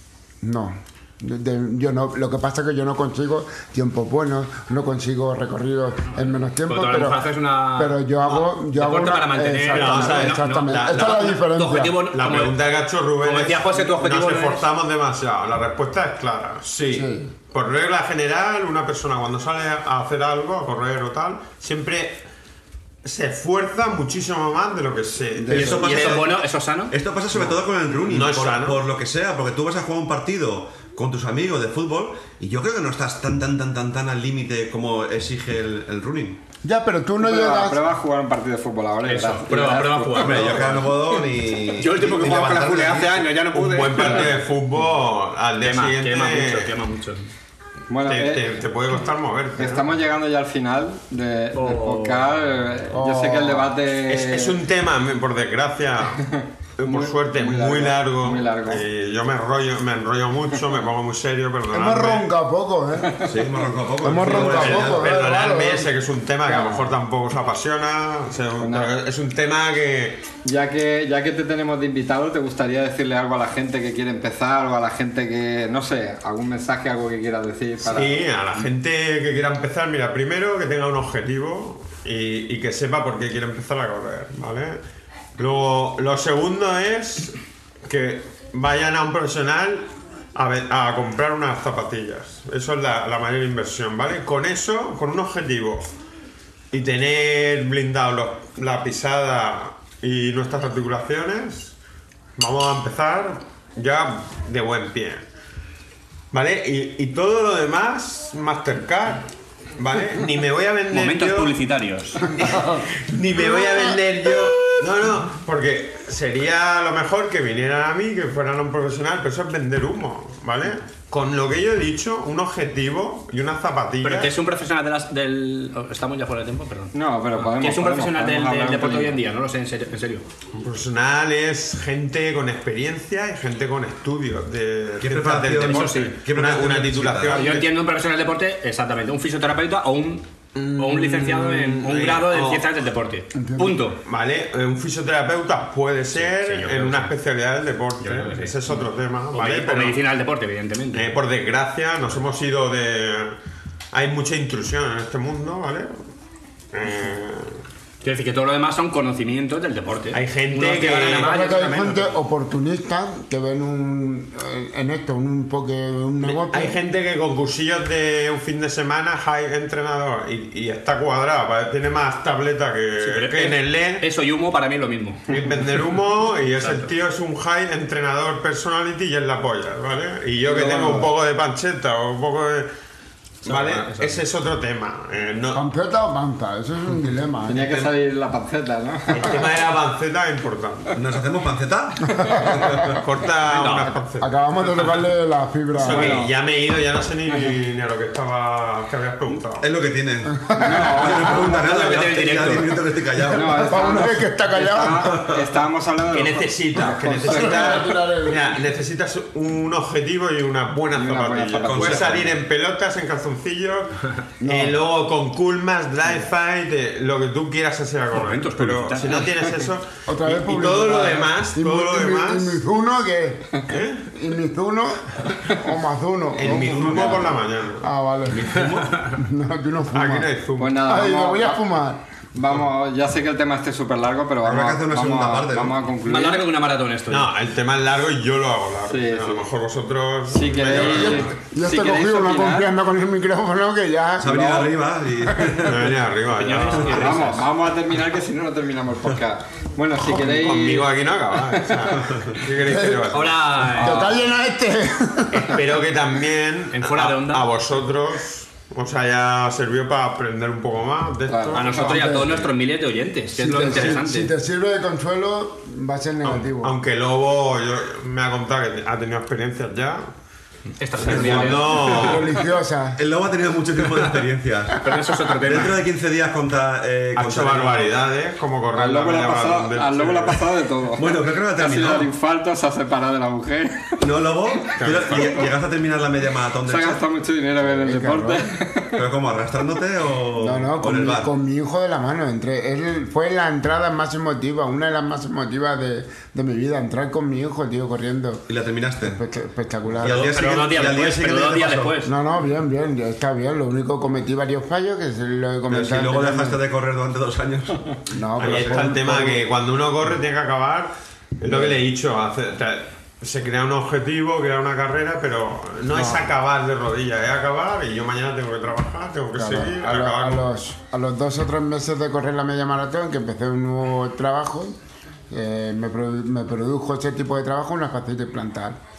Speaker 3: No. De- de- yo no, lo que pasa es que yo no consigo tiempos buenos, no consigo recorridos en menos tiempo,
Speaker 6: Porque tú a lo
Speaker 3: pero,
Speaker 6: mejor haces una-
Speaker 3: pero yo hago, yo hago
Speaker 6: deporte para mantener la-
Speaker 3: exactamente,
Speaker 5: la- no, no,
Speaker 3: exactamente.
Speaker 5: la-
Speaker 3: Esta
Speaker 5: la-
Speaker 3: es la diferencia.
Speaker 6: Tu objetivo, no-
Speaker 5: La
Speaker 6: como-
Speaker 5: pregunta que ha hecho Rubén
Speaker 6: como
Speaker 5: es,
Speaker 6: decía José, tu objetivo
Speaker 5: nos
Speaker 6: no es-
Speaker 5: esforzamos demasiado. La respuesta es clara, sí.
Speaker 3: Sí.
Speaker 5: Por regla general, una persona cuando sale a hacer algo, a correr o tal, siempre se esfuerza muchísimo más de lo que se...
Speaker 2: Y eso
Speaker 6: ¿Y
Speaker 2: pasa-
Speaker 6: eso es bueno? ¿Eso es sano?
Speaker 2: Esto pasa sobre todo con el running,
Speaker 5: No es
Speaker 2: por,
Speaker 5: sano.
Speaker 2: por lo que sea, porque tú vas a jugar un partido con tus amigos de fútbol y yo creo que no estás tan tan tan tan tan al límite como exige el, el running.
Speaker 3: Ya, pero tú no
Speaker 4: prueba,
Speaker 3: llegas.
Speaker 4: prueba a jugar un partido de fútbol ahora. y
Speaker 6: Eso,
Speaker 4: verás- y
Speaker 6: prueba,
Speaker 4: verás
Speaker 6: prueba a
Speaker 4: tú.
Speaker 6: jugar.
Speaker 2: Hombre, yo que no puedo ni.
Speaker 7: Yo el tiempo que
Speaker 2: ni
Speaker 7: jugaba con la
Speaker 2: levantarme
Speaker 7: Julia
Speaker 2: de
Speaker 7: hace
Speaker 2: aquí.
Speaker 7: años ya no
Speaker 5: Un
Speaker 7: pude.
Speaker 5: buen partido de fútbol al día
Speaker 6: Quema,
Speaker 5: siguiente
Speaker 6: quema mucho, quema mucho.
Speaker 4: Bueno,
Speaker 5: te,
Speaker 4: eh,
Speaker 5: te- te puede costar moverte. ¿no?
Speaker 4: estamos llegando ya al final de, del
Speaker 6: Oh.
Speaker 4: podcast. Eh, Yo sé que el debate.
Speaker 5: Es, es un tema, me- por desgracia, por
Speaker 4: Muy-
Speaker 5: suerte,
Speaker 4: muy
Speaker 5: muy,
Speaker 4: largo,
Speaker 5: largo.
Speaker 4: muy largo.
Speaker 5: Eh, yo me enrollo, me enrollo mucho, me pongo muy serio,
Speaker 3: Hemos
Speaker 5: perdonadme.
Speaker 3: roncado poco, ¿eh?
Speaker 2: Sí, hemos roncado poco.
Speaker 3: Hemos
Speaker 2: Sí,
Speaker 3: roncado
Speaker 2: bueno,
Speaker 3: poco, ¿eh?
Speaker 5: Perdonadme,
Speaker 3: Claro.
Speaker 5: sé que es un tema que a lo mejor tampoco os apasiona, o sea, un-
Speaker 4: nada.
Speaker 5: es un tema que...
Speaker 4: Ya que, ya que te tenemos de invitado, ¿te gustaría decirle algo a la gente que quiere empezar o a la gente que, no sé, algún mensaje, algo que quieras decir? Para...
Speaker 5: Sí, a la gente que quiera empezar, mira, primero que tenga un objetivo y, y que sepa por qué quiere empezar a correr, ¿vale? Luego, lo segundo es que vayan a un profesional a, ve- a comprar unas zapatillas. Eso es la, la mayor inversión, ¿vale? Con eso, con un objetivo y tener blindado los- la pisada y nuestras articulaciones, vamos a empezar ya de buen pie. ¿Vale? Y, y todo lo demás, Mastercard. ¿Vale? Ni me voy a vender
Speaker 6: Momentos
Speaker 5: yo.
Speaker 6: publicitarios.
Speaker 5: Ni me voy a vender yo. No, no, porque sería lo mejor que vinieran a mí, que fueran a un profesional, pero eso es vender humo, ¿vale? Con lo que yo he dicho, un objetivo y una zapatilla.
Speaker 6: Pero que es un profesional de las, del... oh, Estamos ya fuera de tiempo, perdón.
Speaker 4: No, pero podemos.
Speaker 6: Que es un
Speaker 4: podemos,
Speaker 6: profesional del,
Speaker 4: podemos hablar un
Speaker 6: del deporte hoy en
Speaker 4: poquito.
Speaker 6: día, no lo sé, en serio. En serio.
Speaker 5: Un profesional es gente con experiencia y gente con estudios de
Speaker 2: ¿Qué
Speaker 5: ciencias del
Speaker 2: preparación?
Speaker 5: deporte.
Speaker 2: Eso sí. ¿Qué
Speaker 5: Una,
Speaker 2: preparación
Speaker 5: una
Speaker 2: necesitas?
Speaker 5: titulación.
Speaker 6: Yo
Speaker 5: de-
Speaker 6: entiendo un profesional del deporte, exactamente, un fisioterapeuta o un, o un licenciado en un
Speaker 5: eh,
Speaker 6: grado en
Speaker 5: o-
Speaker 6: ciencias del deporte. Punto.
Speaker 5: Vale, eh, un fisioterapeuta puede ser
Speaker 6: sí, yo creo que
Speaker 5: en una
Speaker 6: sí.
Speaker 5: especialidad del deporte.
Speaker 6: Yo creo que sí.
Speaker 5: Ese es otro tema.
Speaker 6: O
Speaker 5: ¿vale?
Speaker 6: medi- o
Speaker 5: Pero,
Speaker 6: medicina del deporte, evidentemente.
Speaker 5: eh, por desgracia, nos hemos ido de. Hay mucha intrusión en este mundo, ¿vale? Eh,
Speaker 6: Quiero decir que todo lo demás son conocimientos del deporte.
Speaker 5: Hay gente
Speaker 6: Unos
Speaker 5: que-
Speaker 6: ganan más,
Speaker 3: Ahora que hay
Speaker 6: otros menos.
Speaker 3: gente oportunista que ven un, eh, en esto un enfoque, un negocio.
Speaker 5: hay gente que con cursillos de un fin de semana hay entrenador y, y está cuadrado, ¿vale? tiene más tableta que,
Speaker 6: Sí, pero
Speaker 5: que en el E LED.
Speaker 6: Eso y humo para mí es lo mismo.
Speaker 5: Es vender humo y ese tío es un high entrenador personality y es la polla, ¿vale? Y yo que tengo un poco de pancheta o un poco de... ¿Vale?
Speaker 6: bueno, eso.
Speaker 5: Ese es otro tema. eh, no-
Speaker 3: Panceta o panza, eso es un dilema. ¿eh?
Speaker 4: Tenía que salir la panceta, ¿no?
Speaker 5: el tema de la panceta es importante.
Speaker 2: ¿Nos hacemos panceta?
Speaker 5: Corta
Speaker 6: No.
Speaker 5: unas pancetas.
Speaker 3: Acabamos de tocarle la fibra.
Speaker 5: Eso que ya me he ido, ya no sé ni, ni a lo que estaba que habías preguntado.
Speaker 2: Es lo que tiene. No, me pregunta
Speaker 6: es lo
Speaker 2: nada.
Speaker 6: que
Speaker 2: ya-
Speaker 6: tiene el
Speaker 2: Ya
Speaker 6: directo.
Speaker 2: 10 minutos que estoy callado.
Speaker 4: No,
Speaker 3: Para
Speaker 4: estábamos,
Speaker 3: una vez que está callado.
Speaker 4: estaba- estábamos hablando
Speaker 5: Que
Speaker 4: de. los-
Speaker 5: necesitas, que necesitas, mira, necesitas un objetivo y una buena
Speaker 4: Y una buena
Speaker 5: zapatilla.
Speaker 4: zapatilla.
Speaker 5: Puedes salir en pelotas, en calzoncillos, y luego con Coolmas, Drive Fight, eh, lo que tú quieras hacer a correr.
Speaker 1: Momentos
Speaker 5: pero
Speaker 1: publicitarios.
Speaker 5: si no tienes eso,
Speaker 3: Otra
Speaker 5: y-
Speaker 3: vez
Speaker 5: y, todo lo
Speaker 3: publicidad.
Speaker 5: demás,
Speaker 3: Y
Speaker 5: todo
Speaker 3: mi-
Speaker 5: lo
Speaker 3: y mi-
Speaker 5: demás, ¿Eh?
Speaker 3: Y Mizuno, ¿qué? ¿Y Mizuno o Mazuno?
Speaker 5: el
Speaker 3: ¿no?
Speaker 5: Mizumo por la mañana.
Speaker 3: Ah, vale. No, tú no fumas.
Speaker 5: Aquí Ah, no hay zumo.
Speaker 4: Pues nada,
Speaker 3: Ay, me
Speaker 4: vamos,
Speaker 3: voy a fumar.
Speaker 4: vamos, ya sé que el tema este es súper largo, pero
Speaker 2: Habrá
Speaker 4: vamos,
Speaker 2: que hacer una
Speaker 4: vamos
Speaker 2: segunda
Speaker 4: a,
Speaker 2: parte, ¿no?
Speaker 4: vamos a concluir.
Speaker 6: Más largo que una maratón esto. ¿eh?
Speaker 5: No, el tema es largo y yo lo hago largo.
Speaker 4: Sí,
Speaker 5: a
Speaker 4: sí.
Speaker 5: lo mejor vosotros.
Speaker 4: Si
Speaker 5: media hora
Speaker 4: queréis-
Speaker 5: largo.
Speaker 3: Ya
Speaker 4: Si
Speaker 3: está
Speaker 4: queréis
Speaker 3: cogido una
Speaker 4: opinar-
Speaker 3: confianza con el micrófono que ya.
Speaker 2: Se ha venido arriba y.
Speaker 5: Me venía arriba. ya.
Speaker 4: Vamos, vamos a terminar que si no, no terminamos el podcast. Bueno, si queréis...
Speaker 5: Conmigo aquí no acaba. ¿eh? o sea, ¿Qué queréis que yo haga?
Speaker 6: Ahora, eh,
Speaker 3: Total llena este.
Speaker 5: Espero que también
Speaker 6: En fuera de
Speaker 5: a-
Speaker 6: onda.
Speaker 5: A, vosotros os haya servido para aprender un poco más de esto.
Speaker 4: Claro.
Speaker 6: eh, a nosotros y a todos nuestros miles de oyentes, que es lo
Speaker 3: te- si
Speaker 6: interesante.
Speaker 3: te sirve de consuelo, va a ser negativo.
Speaker 5: Aunque Lobo yo- me ha contado que ha tenido experiencias ya.
Speaker 6: Estas
Speaker 5: Cuando
Speaker 3: Religiosa.
Speaker 2: El lobo ha tenido mucho tiempo de experiencias.
Speaker 6: Pero eso es otro tema.
Speaker 2: Dentro de 15 días conta. Eh,
Speaker 5: ha hecho
Speaker 2: contaremos-
Speaker 5: barbaridades, como correr
Speaker 4: Al lobo,
Speaker 5: la
Speaker 4: le ha
Speaker 5: media
Speaker 4: pasado,
Speaker 5: maratón
Speaker 4: al lobo le ha
Speaker 5: del-
Speaker 4: pasado de todo.
Speaker 2: Bueno, creo que no ha
Speaker 4: ha sido
Speaker 2: terminado.
Speaker 4: de infarto, se ha separado de la mujer,
Speaker 2: No, lobo. Quiero- lleg- Llegaste a terminar la media maratón de
Speaker 4: se ha
Speaker 2: Elche?
Speaker 4: gastado mucho dinero en el deporte.
Speaker 2: ¿Pero cómo? ¿Arrastrándote o.?
Speaker 3: No,
Speaker 2: o
Speaker 3: no,
Speaker 2: en
Speaker 3: con
Speaker 2: el
Speaker 3: mi,
Speaker 2: bar?
Speaker 3: con mi hijo de la mano. Entré, él fue la entrada más emotiva, una de las más emotivas de, de mi vida. Entrar con mi hijo, tío, corriendo.
Speaker 2: Y la terminaste.
Speaker 3: Espe- Espectacular.
Speaker 2: Y al día
Speaker 6: Pero
Speaker 2: siguiente-
Speaker 6: dos días
Speaker 2: y al día
Speaker 6: después. Pero
Speaker 2: siguiente
Speaker 6: dos
Speaker 2: te
Speaker 6: días
Speaker 2: pasó.
Speaker 6: después.
Speaker 3: No, no, bien, bien, ya está bien. Lo único cometí varios fallos, que es lo que
Speaker 2: Pero
Speaker 3: comentaba.
Speaker 2: si luego
Speaker 3: anteriormente.
Speaker 2: dejaste de correr durante dos años.
Speaker 3: No, pero
Speaker 5: Ahí está
Speaker 3: fue-
Speaker 5: el tema que cuando uno corre tiene que acabar. Es lo que le he dicho. hace- o sea, se crea un objetivo, crea una carrera, pero no, es acabar de rodillas, es acabar y yo mañana tengo que trabajar, tengo que
Speaker 3: Claro,
Speaker 5: seguir,
Speaker 3: a, lo-
Speaker 5: acabar
Speaker 3: a
Speaker 5: con-
Speaker 3: los, a los dos o tres meses de correr la media maratón, que empecé un nuevo trabajo, eh, me, produ- me produjo ese tipo de trabajo una faceta plantar.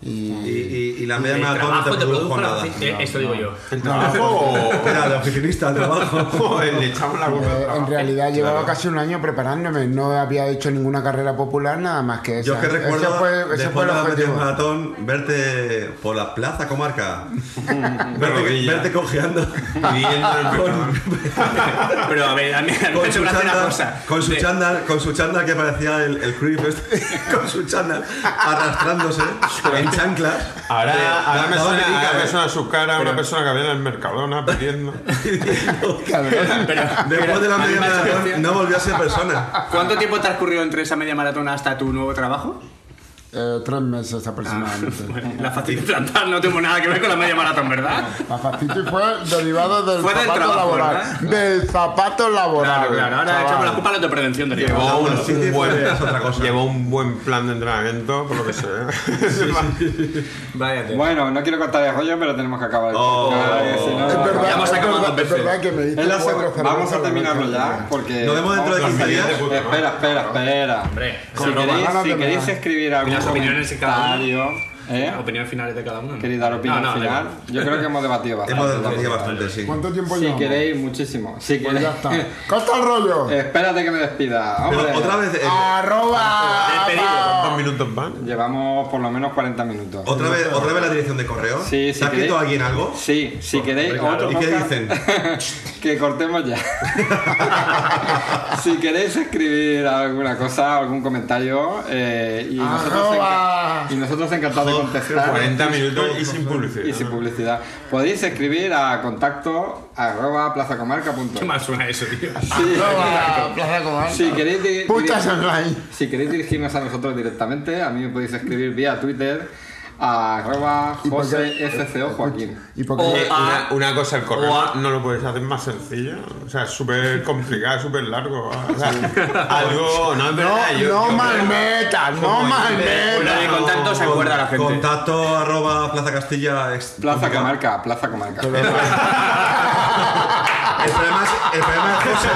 Speaker 2: Y,
Speaker 3: Y, eh,
Speaker 2: y, y la media
Speaker 6: El
Speaker 2: maratón no
Speaker 6: trabajo
Speaker 2: te
Speaker 6: te
Speaker 2: produjo
Speaker 6: produjo la-
Speaker 2: nada.
Speaker 6: eh, Esto digo yo.
Speaker 5: ¿El trabajo
Speaker 2: Era de oficinista, el trabajo.
Speaker 5: o le echamos la culpa al
Speaker 3: eh, en
Speaker 5: trabajo?
Speaker 3: realidad llevaba casi un año preparándome, no había hecho ninguna carrera popular nada más que esa.
Speaker 2: Yo es que
Speaker 3: Ese
Speaker 2: recuerdo,
Speaker 3: fue- ese fue
Speaker 2: después de
Speaker 3: el
Speaker 2: la media
Speaker 3: objetivo.
Speaker 2: maratón, verte por la plaza comarca. verte,
Speaker 5: rodillas.
Speaker 2: verte cojeando.
Speaker 5: Viviendo en el
Speaker 2: Con-
Speaker 5: Mercadona.
Speaker 6: Pero a ver, a mí a mí me
Speaker 2: con
Speaker 6: hace
Speaker 2: su
Speaker 6: gracia una
Speaker 2: chándal-
Speaker 6: cosa.
Speaker 2: Con su
Speaker 6: De-
Speaker 2: chándal, con su chándal que parecía el, el creep este, con su chándal arrastrándose en chanclas.
Speaker 5: Ahora,
Speaker 2: De-
Speaker 5: ahora me
Speaker 2: daba
Speaker 5: suena,
Speaker 2: mitica,
Speaker 5: ahora me
Speaker 2: eh.
Speaker 5: suena su cara, una persona que viene al Mercadona pidiendo.
Speaker 2: Después de la
Speaker 6: a mí
Speaker 2: media
Speaker 6: me hace
Speaker 2: maratón
Speaker 6: gracia.
Speaker 2: no volvió a ser persona.
Speaker 6: ¿Cuánto tiempo transcurrió entre esa media maratón hasta tu nuevo trabajo?
Speaker 3: Eh, tres meses aproximadamente.
Speaker 2: Ah,
Speaker 6: La facilidad de plantar no tuvo nada que ver con la media maratón, ¿verdad?
Speaker 3: La fastitis fue derivada del
Speaker 6: Fue del
Speaker 3: zapato
Speaker 6: trabajo,
Speaker 3: laboral.
Speaker 6: ¿verdad?
Speaker 3: Del zapato laboral.
Speaker 6: Claro, claro. Ahora
Speaker 3: chaval.
Speaker 6: echamos la culpa a la prevención de riesgo.
Speaker 5: Llevó un,
Speaker 2: bueno, sí,
Speaker 5: un
Speaker 2: sí,
Speaker 5: buen,
Speaker 2: es otra cosa.
Speaker 5: llevó un buen plan de entrenamiento, por lo que sé.
Speaker 6: Vaya tela.
Speaker 4: Bueno, no quiero cortar el rollo, pero tenemos que acabar el
Speaker 2: Oh.
Speaker 4: podcast. que si no-
Speaker 3: Es verdad,
Speaker 6: Ya hemos
Speaker 3: es
Speaker 6: acabado
Speaker 3: verdad,
Speaker 6: dos
Speaker 3: es verdad que me diste
Speaker 4: Es la
Speaker 3: cuatro
Speaker 4: seg-
Speaker 3: cervezas
Speaker 4: Vamos a
Speaker 3: al
Speaker 4: terminarlo
Speaker 3: otro
Speaker 4: ya,
Speaker 3: día.
Speaker 4: porque...
Speaker 2: Nos vemos dentro de
Speaker 4: vamos a-
Speaker 2: 15 días.
Speaker 4: Espera, espera, espera.
Speaker 6: Hombre,
Speaker 4: si
Speaker 6: con
Speaker 4: queréis,
Speaker 3: ganas
Speaker 4: si
Speaker 3: de
Speaker 4: queréis
Speaker 3: mirar.
Speaker 4: escribir algún
Speaker 6: Las opiniones de cada uno.
Speaker 4: comentario... ¿eh?
Speaker 6: Opiniones finales de cada uno. ¿no?
Speaker 4: ¿Queréis dar opinión
Speaker 6: No, no, da
Speaker 4: final?
Speaker 6: igual.
Speaker 4: Yo creo que hemos debatido bastante.
Speaker 2: Hemos debatido Pues bastante, sí.
Speaker 3: ¿Cuánto tiempo
Speaker 4: Si
Speaker 3: llevamos?
Speaker 4: queréis, eh. muchísimo. Si
Speaker 3: Pues
Speaker 4: queréis...
Speaker 3: ya está. ¡Corta el rollo!
Speaker 4: Espérate que me despida.
Speaker 2: Pero
Speaker 4: hombre.
Speaker 2: otra vez, eh,
Speaker 4: Ah,
Speaker 6: eh,
Speaker 3: Arroba.
Speaker 6: Despedido.
Speaker 5: ¿Cuántos minutos van?
Speaker 4: Llevamos por lo menos 40 minutos.
Speaker 2: otra vez, otra vez la dirección de correo.
Speaker 4: Sí, si
Speaker 2: ¿Te
Speaker 4: queréis-
Speaker 2: ha escrito alguien algo?
Speaker 4: Sí, si queréis
Speaker 6: hombre, claro.
Speaker 4: otro
Speaker 2: Pues, ¿Y qué
Speaker 4: podcast,
Speaker 2: dicen?
Speaker 4: que cortemos ya. si queréis escribir alguna cosa, algún comentario, eh, y, nosotros
Speaker 3: Arroba.
Speaker 4: enca- y nosotros encantados de contestar.
Speaker 5: 40 minutos y sin publicidad.
Speaker 4: Y sin publicidad. Podéis escribir a contacto arroba plazacomarca.es.
Speaker 6: Qué mal suena eso, tío.
Speaker 4: Sí,
Speaker 3: Arroba. Plaza Comarca.
Speaker 4: si queréis di-
Speaker 3: Putas
Speaker 4: di-
Speaker 3: online.
Speaker 4: si queréis dirigirnos a nosotros directamente, a mí me podéis escribir vía Twitter a arroba
Speaker 3: ¿Y por qué?
Speaker 4: José FCO Joaquín.
Speaker 3: ¿Y por
Speaker 5: Oye,
Speaker 3: qué?
Speaker 5: una,
Speaker 6: a-
Speaker 5: una cosa, el correo
Speaker 6: o a-
Speaker 5: no lo puedes hacer más sencillo. O sea, es súper complicado, súper largo. O sea, algo. No, es verdad. yo-
Speaker 3: No
Speaker 5: yo-
Speaker 3: malmetas, no
Speaker 6: Una
Speaker 3: malmetas.
Speaker 6: de contacto se acuerda la gente.
Speaker 2: Contacto arroba Plaza Castilla. es
Speaker 4: Plaza
Speaker 2: complicado.
Speaker 4: Comarca, Plaza Comarca.
Speaker 2: El problema, es, el problema es José,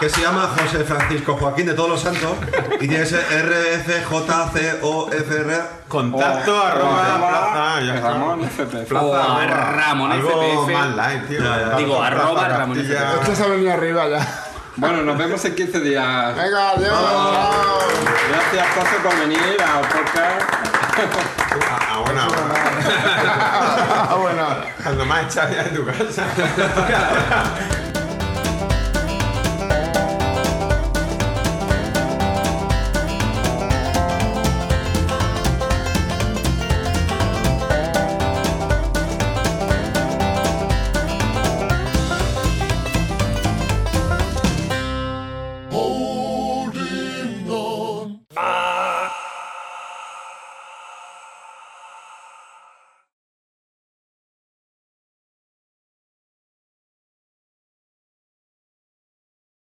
Speaker 2: que se llama José Francisco Joaquín de Todos los Santos y tiene ese R, F, J, C, O, F, R.
Speaker 5: Oh, Contacto
Speaker 4: O-
Speaker 5: arroba
Speaker 4: arroba
Speaker 5: plaza. Ya está.
Speaker 4: Ramón FP.
Speaker 6: O a Ramón
Speaker 5: Algo
Speaker 6: FPF.
Speaker 5: más light, tío.
Speaker 2: Ya, ya.
Speaker 6: Digo, arroba
Speaker 5: Plaza
Speaker 6: Ramón
Speaker 5: Castilla.
Speaker 3: Esto se ha venido arriba ya.
Speaker 4: Bueno, nos vemos en 15 días.
Speaker 3: Venga, adiós. chao.
Speaker 4: Gracias, José, por venir al podcast.
Speaker 5: Ah, ah, bueno,
Speaker 3: Ah, bueno.
Speaker 5: cuando más echas ya de tu casa.
Speaker 3: ¡Oh!